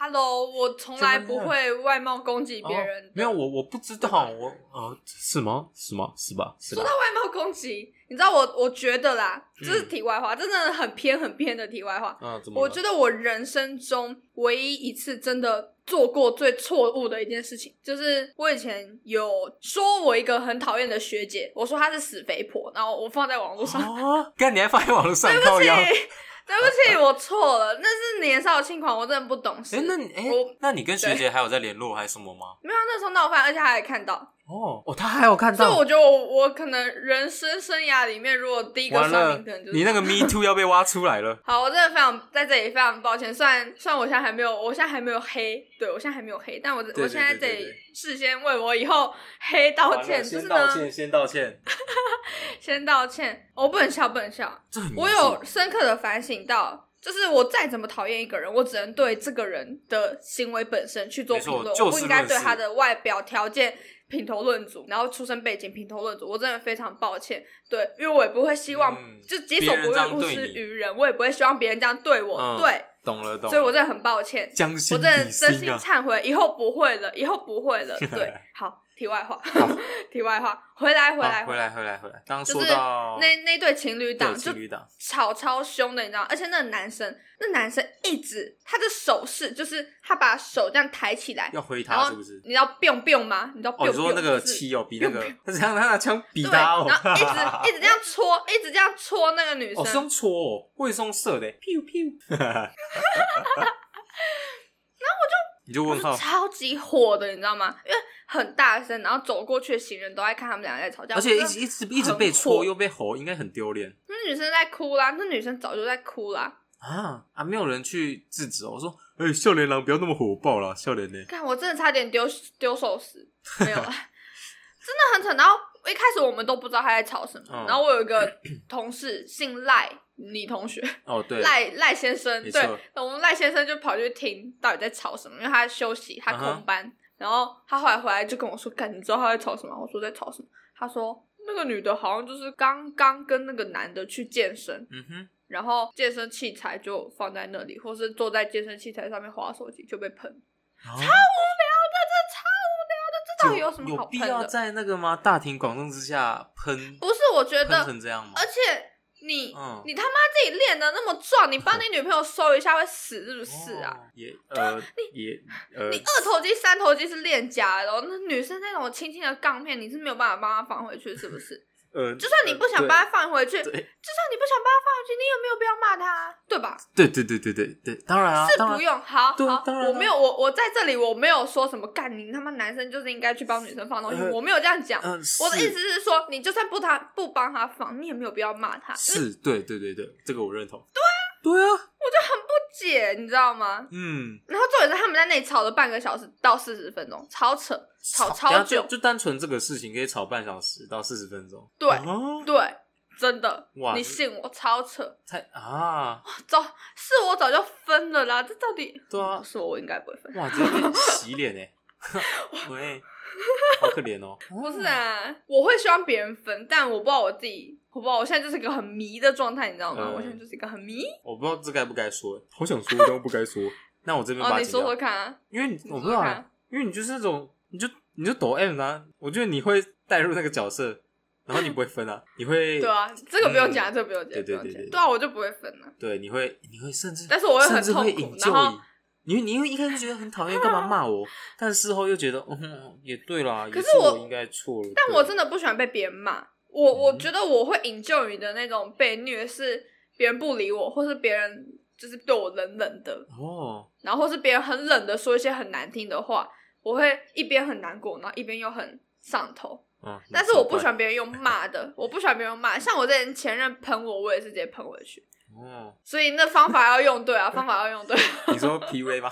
Speaker 1: Hello，我从来不会外貌攻击别人的、
Speaker 2: 哦没有，我我不知道，我呃是吗？是吗？是吧？是吧
Speaker 1: 说到？外貌攻击，你知道我我觉得啦，这是
Speaker 2: 嗯
Speaker 1: 题外话，真的很偏很偏的题外话。
Speaker 2: 嗯，怎么了？
Speaker 1: 我觉得我人生中唯一一次真的做过最错误的一件事情，就是我以前有说我一个很讨厌的学姐，我说她是死肥婆，然后我放在网络上。
Speaker 2: 啊，干你还放在网络上
Speaker 1: (laughs)
Speaker 2: 靠
Speaker 1: 对
Speaker 2: 腰？
Speaker 1: 不
Speaker 2: 哎，
Speaker 1: 起，对不起，我错了，那是年少轻狂，我真的不懂事。
Speaker 2: 那你哎
Speaker 1: 我，
Speaker 2: 那你跟学姐还有在联络还是什么吗？
Speaker 1: 没有那时候闹翻，而且她还看到，
Speaker 2: 哦哦，他还有看
Speaker 1: 所以
Speaker 2: 到
Speaker 1: 我，觉得我我可能人生生涯里面，如果第一个
Speaker 2: 完
Speaker 1: 算
Speaker 2: 了
Speaker 1: 命，可能就是
Speaker 2: 你那
Speaker 1: 她
Speaker 2: 个 Me Too 要被挖出来了。
Speaker 1: 好，我真的非常在这里非常抱歉，虽然虽然我现在还没有，我现在还没有黑，对我现在还没有黑，但我
Speaker 2: 对
Speaker 1: 我现在在这
Speaker 2: 对对
Speaker 1: 里
Speaker 2: 对
Speaker 1: 事先为我以后黑道
Speaker 2: 完
Speaker 1: 歉，
Speaker 2: 了
Speaker 1: 就是
Speaker 2: 先
Speaker 1: 呢
Speaker 2: 道，歉，先道歉。
Speaker 1: 先道歉，我不能笑，不能笑，
Speaker 2: 这很
Speaker 1: 我
Speaker 2: 严
Speaker 1: 有
Speaker 2: 重
Speaker 1: 深刻的反省到，就是我再怎么讨厌一个人，我只能对这个人的行为本身去做
Speaker 2: 没
Speaker 1: 评
Speaker 2: 错
Speaker 1: 论，
Speaker 2: 就
Speaker 1: 我不
Speaker 2: 事
Speaker 1: 应该
Speaker 2: 论
Speaker 1: 对
Speaker 2: 事
Speaker 1: 他的外表条件。品头论足，然后出身背景品头论足，我真的非常抱歉。对，因为我也不会希望，
Speaker 2: 嗯
Speaker 1: 就己
Speaker 2: 别
Speaker 1: 所
Speaker 2: 人
Speaker 1: 不欲，
Speaker 2: 这样
Speaker 1: 勿
Speaker 2: 对
Speaker 1: 施
Speaker 2: 你
Speaker 1: 于人，我也不会希望别人这样对我。
Speaker 2: 嗯
Speaker 1: 对，
Speaker 2: 懂了，懂了。
Speaker 1: 所以我真的很抱歉，
Speaker 2: 将
Speaker 1: 我
Speaker 2: 心
Speaker 1: 真的
Speaker 2: 比
Speaker 1: 真心
Speaker 2: 心啊。
Speaker 1: 忏悔，以后不会了，以后不会
Speaker 2: (laughs)
Speaker 1: 了。对，好，题外话， (laughs) 题外话，回来回来
Speaker 2: 好回来，回来，回来。刚刚
Speaker 1: 就
Speaker 2: 说
Speaker 1: 是
Speaker 2: 到
Speaker 1: 那那对情侣档
Speaker 2: 对
Speaker 1: 就
Speaker 2: 情侣档，
Speaker 1: 吵超凶的，你知道吗？而且那个男生，那男生一直他的手势就是他把手这样抬起来，
Speaker 2: 要回
Speaker 1: 哎然
Speaker 2: 他
Speaker 1: 后
Speaker 2: 是不是？
Speaker 1: 你知道 biu biu 吗？你知道 biu
Speaker 2: 哦，
Speaker 1: biu、
Speaker 2: 你说那个
Speaker 1: 就是
Speaker 2: 气哦，比那个， (laughs) 他怎样他拿枪比
Speaker 1: 对，
Speaker 2: 他哦，
Speaker 1: 然后一
Speaker 2: (laughs)
Speaker 1: 直一直这样戳，一直这样戳那个女生，
Speaker 2: 哦，是用戳哦，我也是用射的欸，pew pew。然 (laughs) 后我就，你就
Speaker 1: 我
Speaker 2: 问
Speaker 1: 是
Speaker 2: 号，
Speaker 1: 超级火的，你知道吗？因为很大声，然后走过去的行人都在看他们俩在吵架，
Speaker 2: 而且
Speaker 1: 我
Speaker 2: 一
Speaker 1: 真的
Speaker 2: 直一直一直
Speaker 1: 很
Speaker 2: 被
Speaker 1: 火
Speaker 2: 戳又被吼，应该很丢脸
Speaker 1: 那女生在哭啦，那女生早就在哭啦。
Speaker 2: 啊啊！没有人去制止哦。我说，哎，笑脸狼不要那么火爆啦，笑脸呢？
Speaker 1: 看，我真的差点丢丢手死，没有啦，
Speaker 2: (laughs)
Speaker 1: 真的很惨。然后一开始我们都不知道他在吵什么，
Speaker 2: 嗯
Speaker 1: 然后我有一个 (clears throat) 同事姓赖，你同学
Speaker 2: 哦，对，
Speaker 1: 赖赖先生，
Speaker 2: 没
Speaker 1: 对
Speaker 2: 错，
Speaker 1: 我们赖先生就跑去听到底在吵什么，因为他在休息，他
Speaker 2: 嗯哼
Speaker 1: 空班。然后他后来回来就跟我说：“干，你知道他在吵什么？”我说：“在吵什么？”他说：“那个女的好像就是刚刚跟那个男的去健身，
Speaker 2: 嗯哼，
Speaker 1: 然后健身器材就放在那里，或是坐在健身器材上面划手机就被喷。
Speaker 2: 超
Speaker 1: 无聊的，这超无聊的，这到底有什么
Speaker 2: 有
Speaker 1: 好
Speaker 2: 必
Speaker 1: 喷
Speaker 2: 要
Speaker 1: 的？
Speaker 2: 在那个吗？大庭广众之下喷
Speaker 1: 不是，我觉
Speaker 2: 喷
Speaker 1: 得，呃
Speaker 2: 成这样吗
Speaker 1: 而？且你、
Speaker 2: 嗯
Speaker 1: 你他妈自己练的那么壮，你帮你女朋友收一下会死是不是啊？
Speaker 2: 哦，也呃也呃
Speaker 1: 你，二头肌、三头肌是练假的、哦，那女生那种轻轻的杠片，你是没有办法帮她放
Speaker 2: (laughs)
Speaker 1: 回去，是不是？
Speaker 2: 呃，
Speaker 1: 就算你不想
Speaker 2: 呃
Speaker 1: 把它放回去，就算你不想把它放回去，你有没有必要骂她啊，对吧？
Speaker 2: 对对对对对对，当然
Speaker 1: (laughs)
Speaker 2: 啊，
Speaker 1: 是
Speaker 2: 当
Speaker 1: 不
Speaker 2: 然
Speaker 1: 用，好
Speaker 2: 对
Speaker 1: 好，
Speaker 2: 当然
Speaker 1: 我
Speaker 2: 啦
Speaker 1: 没有，我我在这里我没有说什么干你他妈男生就是应该去帮女生放东西，
Speaker 2: 呃
Speaker 1: 我没有这样讲。
Speaker 2: 嗯，
Speaker 1: 我的
Speaker 2: 是
Speaker 1: 意思是说，你就算不他不帮他放，你也没有必要骂他，因为
Speaker 2: 是，对对对对，这个我认同。对啊，对啊，
Speaker 1: 姐，你知道吗？
Speaker 2: 嗯，
Speaker 1: 然后重点是他们在那里吵了半个小时到四十分钟，超扯，吵
Speaker 2: 等一
Speaker 1: 超
Speaker 2: 下就
Speaker 1: 久，
Speaker 2: 就单纯这个事情可以吵半小时到四十分钟。
Speaker 1: 对
Speaker 2: 啊
Speaker 1: 对，真的
Speaker 2: 哇，
Speaker 1: 你
Speaker 2: 这
Speaker 1: 信我，超扯。
Speaker 2: 才啊，
Speaker 1: 早是我早就分了啦，这到底
Speaker 2: 对啊
Speaker 1: 我说我应该不会分，
Speaker 2: 哇，直接被洗脸
Speaker 1: (laughs)
Speaker 2: 哎，喂，好可怜哦。
Speaker 1: 不是啊，我会希望别人分，但我不知道我自己，我不知道我现在就是一个很迷的状态，你知道吗？
Speaker 2: 嗯
Speaker 1: 我现在就是一个很迷。
Speaker 2: 我不知道这该不该说，好想说，但我不该说。那我这边把
Speaker 1: 哦，
Speaker 2: 它
Speaker 1: 你
Speaker 2: 剪掉
Speaker 1: 说说看啊，
Speaker 2: 因为你
Speaker 1: 你
Speaker 2: 我
Speaker 1: 说
Speaker 2: 不知道
Speaker 1: 看
Speaker 2: 啊，因为你就是那种，你就你就抖 M 啊，我觉得你会带入那个角色，然后你不会分啊，你
Speaker 1: (laughs)
Speaker 2: 会
Speaker 1: 对啊，这个不用讲，
Speaker 2: 嗯
Speaker 1: 这个不用讲，
Speaker 2: 对对
Speaker 1: 不用
Speaker 2: 对
Speaker 1: 讲
Speaker 2: 对
Speaker 1: 对啊，我就不会分了。
Speaker 2: 对，你会你会甚至，
Speaker 1: 但是我会很
Speaker 2: 甚至会
Speaker 1: 痛苦
Speaker 2: 引
Speaker 1: 然后
Speaker 2: 咎你，你会你会一开始觉得很讨厌，干嘛
Speaker 1: (laughs)
Speaker 2: 骂我？但事后又觉得，嗯，也对啦，也
Speaker 1: 可是
Speaker 2: 是
Speaker 1: 我
Speaker 2: 应该错了。
Speaker 1: 但
Speaker 2: 对
Speaker 1: 我真的不喜欢被别人骂，我我
Speaker 2: 嗯
Speaker 1: 觉得我会引咎于的那种被虐是别人不理我，或是别人就是对我冷冷的，
Speaker 2: 哦，
Speaker 1: 然后或是别人很冷的说一些很难听的话，我会一边很难过，然后一边又很上头。
Speaker 2: 嗯，
Speaker 1: 但是我不喜
Speaker 2: 想
Speaker 1: 欢别人用骂的，我不喜欢别人用骂。像我之前前任喷我，我也是直接喷回去。
Speaker 2: 哦，
Speaker 1: 所以那方法要用对啊，方法要用对
Speaker 2: 你说 P V 吗？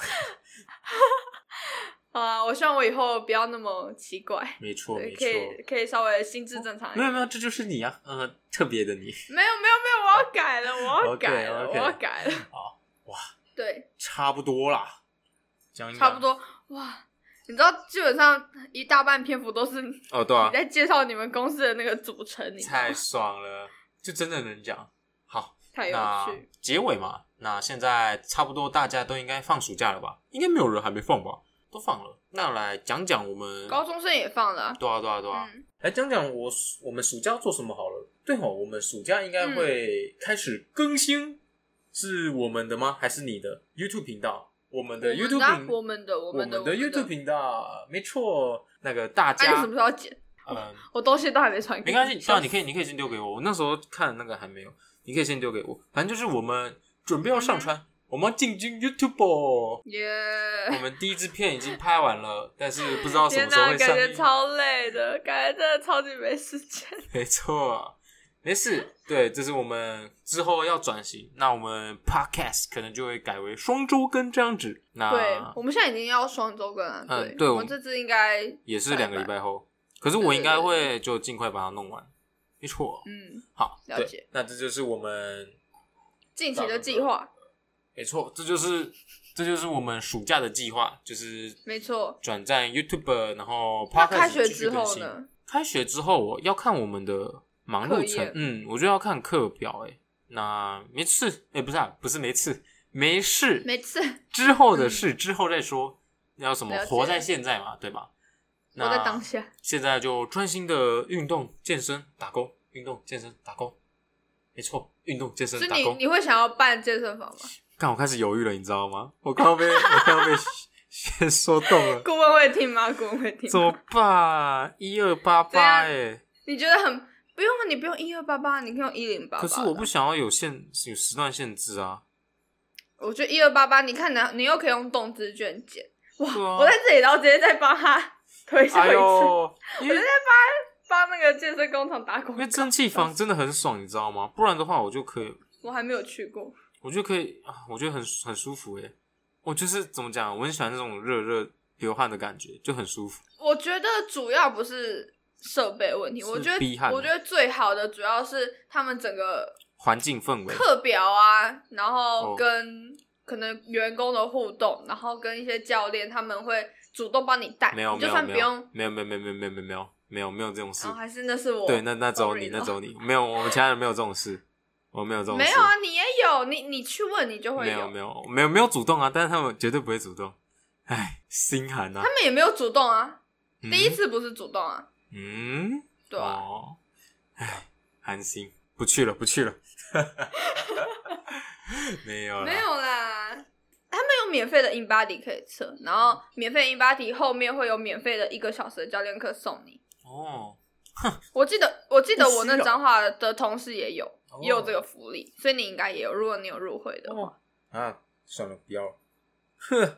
Speaker 1: 好啊！我希望我以后不要那么奇怪，
Speaker 2: 没
Speaker 1: (laughs)
Speaker 2: 错，
Speaker 1: 对
Speaker 2: 哦没
Speaker 1: 可
Speaker 2: 错，哦
Speaker 1: 以可以稍微心智正常一
Speaker 2: 没有
Speaker 1: 点。
Speaker 2: 没有，这就是你啊，嗯、特别的你，
Speaker 1: 没有没有没有，我要改了，我要
Speaker 2: OK，
Speaker 1: 改了
Speaker 2: OK
Speaker 1: 我要改了。
Speaker 2: 好哇，
Speaker 1: (laughs) 对，
Speaker 2: 差不多啦，讲一讲
Speaker 1: 差不多哇。你知道，基本上一大半篇幅都是你
Speaker 2: 哦，对啊，
Speaker 1: 在介绍你们公司的那个组成，你知道吗
Speaker 2: 太爽了，就真的能讲。好，
Speaker 1: 太有
Speaker 2: 那
Speaker 1: 趣。
Speaker 2: 结尾嘛，那现在差不多大家都应该放暑假了吧？应该没有人还没放吧？都放了。那来讲讲我们
Speaker 1: 高中生也放了啊，
Speaker 2: 对啊对啊对啊，
Speaker 1: 嗯，
Speaker 2: 来讲讲我暑我们暑假做什么好了。对吼，我们暑假应该
Speaker 1: 嗯
Speaker 2: 会开始更新，是我们的吗？还是你的 YouTube 频道？我们的
Speaker 1: 我们
Speaker 2: YouTube
Speaker 1: 的啊
Speaker 2: 频
Speaker 1: 我们的我
Speaker 2: 我
Speaker 1: 们的我们的
Speaker 2: YouTube 频道，没错。那个
Speaker 1: 那
Speaker 2: 大
Speaker 1: 你
Speaker 2: 家
Speaker 1: 什么时候要剪？
Speaker 2: 嗯，
Speaker 1: 我东西都还没传给
Speaker 2: (laughs) 没
Speaker 1: 你，
Speaker 2: 关系，
Speaker 1: 笑
Speaker 2: 那
Speaker 1: 死
Speaker 2: 你可以，你可以先丢给我。我那时候看那个还没有，你可以先丢给我。反正就是我们准备要上传，我们要进军 YouTube 哦。
Speaker 1: 耶！
Speaker 2: 我们第一支片已经拍完了，但是不知道什
Speaker 1: 天
Speaker 2: 么时候
Speaker 1: 哪，
Speaker 2: 会
Speaker 1: 感
Speaker 2: 上
Speaker 1: 觉
Speaker 2: 映。
Speaker 1: 超累的，感觉真的超级没时间。
Speaker 2: 没错，没事。对，这是我们之后要转型，那我们 Podcast 可能就会改为双周更这样子。
Speaker 1: 对
Speaker 2: 那，
Speaker 1: 我们现在已经要双周更了。
Speaker 2: 啊嗯
Speaker 1: 对，
Speaker 2: 对我
Speaker 1: 我们这次应该，
Speaker 2: 也是两个礼拜后，可是我应该会就尽快把它弄完。没错，
Speaker 1: 嗯，
Speaker 2: 好，
Speaker 1: 了
Speaker 2: 对
Speaker 1: 解。
Speaker 2: 那这就是我们
Speaker 1: 近期的计划，
Speaker 2: 没错，这就是这就是我们暑假的计划，就是
Speaker 1: 没错。
Speaker 2: 转战 YouTube，然后
Speaker 1: 那
Speaker 2: Podcast
Speaker 1: 开学
Speaker 2: 继续
Speaker 1: 之后
Speaker 2: 更新？
Speaker 1: 呢？
Speaker 2: 开学之后我要看我们的忙碌
Speaker 1: 课
Speaker 2: 程
Speaker 1: 业，
Speaker 2: 嗯，我就要看课表、欸，那没事，哎、不是啊，不是没事，没事，
Speaker 1: 每次
Speaker 2: 之后的事、之后再说，那要什么
Speaker 1: 嗯了解
Speaker 2: 活在现在嘛，对吧？
Speaker 1: 我在
Speaker 2: 那
Speaker 1: 当下，
Speaker 2: 现在就专心的运动、健身、打工，运动、健身、打工，没错，运动、健身
Speaker 1: 所以、
Speaker 2: 打
Speaker 1: 你
Speaker 2: 工。
Speaker 1: 你会想要办健身房吗？
Speaker 2: 看我开始犹豫了，你知道吗？我刚
Speaker 1: (laughs)
Speaker 2: 刚被我刚刚被先说动了，
Speaker 1: 顾问会听吗？顾问会听
Speaker 2: 怎么
Speaker 1: 吗？
Speaker 2: 办？一二八
Speaker 1: 对啊
Speaker 2: 八哎，
Speaker 1: 你觉得很不用啊？你不用一二八八，你可以用一零八八。
Speaker 2: 可是我不想要有限有时段限制啊。
Speaker 1: 我觉得一二八八，你看呢？你又可以用动资卷减。哇！
Speaker 2: 对啊
Speaker 1: 我在这里，然后直接再帮他 (laughs) 推销一
Speaker 2: 哎
Speaker 1: 次，
Speaker 2: 呦，因为
Speaker 1: 帮那个健身工厂打广
Speaker 2: 因为
Speaker 1: 告
Speaker 2: 蒸。汽房真的很爽，你知道吗？不然的话，我就可以，
Speaker 1: 我还没有去过，
Speaker 2: 我就可以啊，我觉得很很舒服哎、我就是怎么讲，我很喜欢这种热热流汗的感觉，就很舒服。
Speaker 1: 我觉得主要不是设备问题，
Speaker 2: 是啊
Speaker 1: 我觉得
Speaker 2: 逼汗
Speaker 1: 我觉得最好的主要是他们整个
Speaker 2: 环境氛围，
Speaker 1: 课表啊，然
Speaker 2: 哦
Speaker 1: 后跟可能员工的互动，然后跟一些教练他们会主动帮你带，
Speaker 2: 没有
Speaker 1: 你
Speaker 2: 没
Speaker 1: 就
Speaker 2: 有
Speaker 1: 算
Speaker 2: 没
Speaker 1: 不用
Speaker 2: 有，没有没有没有没有没有没有没有没有没有这种事
Speaker 1: 哦，，还是那是我
Speaker 2: 对，那那只有你，
Speaker 1: sorry
Speaker 2: 那
Speaker 1: 咯
Speaker 2: 只有你，没有我们其他人没有这种事，我没有这种事，
Speaker 1: 没有啊，你也有，你你去问你就会
Speaker 2: 没有没有没有没有主动啊，但是他们绝对不会主动，唉，心寒呐、啊
Speaker 1: 他。们也没有主动啊，
Speaker 2: 嗯
Speaker 1: 第一，次不是主动啊，
Speaker 2: 嗯，
Speaker 1: 对啊，
Speaker 2: 哦，唉，寒心，不去了，不
Speaker 1: (laughs)
Speaker 2: 去了， (laughs) 没有啦
Speaker 1: 没，有啦。他们有免费的 InBody 可以测，然后免费 InBody 后面会有免费的一个小时的教练课送你。
Speaker 2: 哦，
Speaker 1: 我记得我记得
Speaker 2: 不虚
Speaker 1: 我那
Speaker 2: 荣
Speaker 1: 彰化的同事也有、
Speaker 2: 哦
Speaker 1: 也有这个福利，所以你应该也有，如果你有入会的
Speaker 2: (laughs)
Speaker 1: 话。
Speaker 2: 啊，算了，不要了。哼，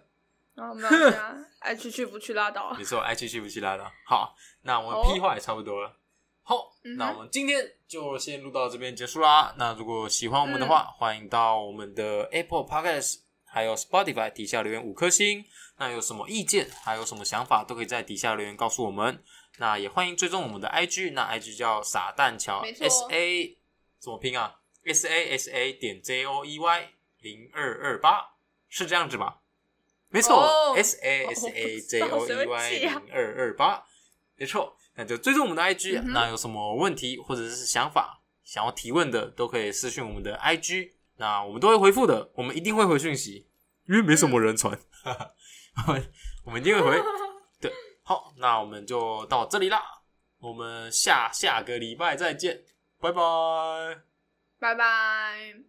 Speaker 1: 然后没有啊，爱去去不去拉倒。啊
Speaker 2: 没错，爱去去不去拉倒。好，那我
Speaker 1: 哦
Speaker 2: 们屁话也差不多了。好，
Speaker 1: 嗯哼
Speaker 2: 那我们今天就先录到这边结束啦。那如果喜欢我们的
Speaker 1: 嗯
Speaker 2: 话，欢迎到我们的 Apple Podcast 还有 Spotify 底下留言五颗星。那有什么意见，还有什么想法，都可以在底下留言告诉我们。那也欢迎追踪我们的 IG，那 IG 叫傻蛋乔
Speaker 1: 没错
Speaker 2: ，S A 怎么拼啊？S A S A 点 J O E Y 零二二八是这样子吧？没错、
Speaker 1: 哦
Speaker 2: s A S A J
Speaker 1: (laughs)
Speaker 2: O E
Speaker 1: 谁
Speaker 2: Y
Speaker 1: 会记啊
Speaker 2: 零二二八，没错。那就追踪我们的 IG，、
Speaker 1: 嗯哼
Speaker 2: 那有什么问题或者是想法想要提问的，都可以私讯我们的 IG，那我们都会回复的，我们一定会回讯息，因为没什
Speaker 1: 嗯
Speaker 2: 么人传， (laughs) 哈哈，我们我们一定会
Speaker 1: (laughs)
Speaker 2: 回。好，那我们就到这里啦，我们下下个礼拜再见，拜拜。
Speaker 1: 拜拜。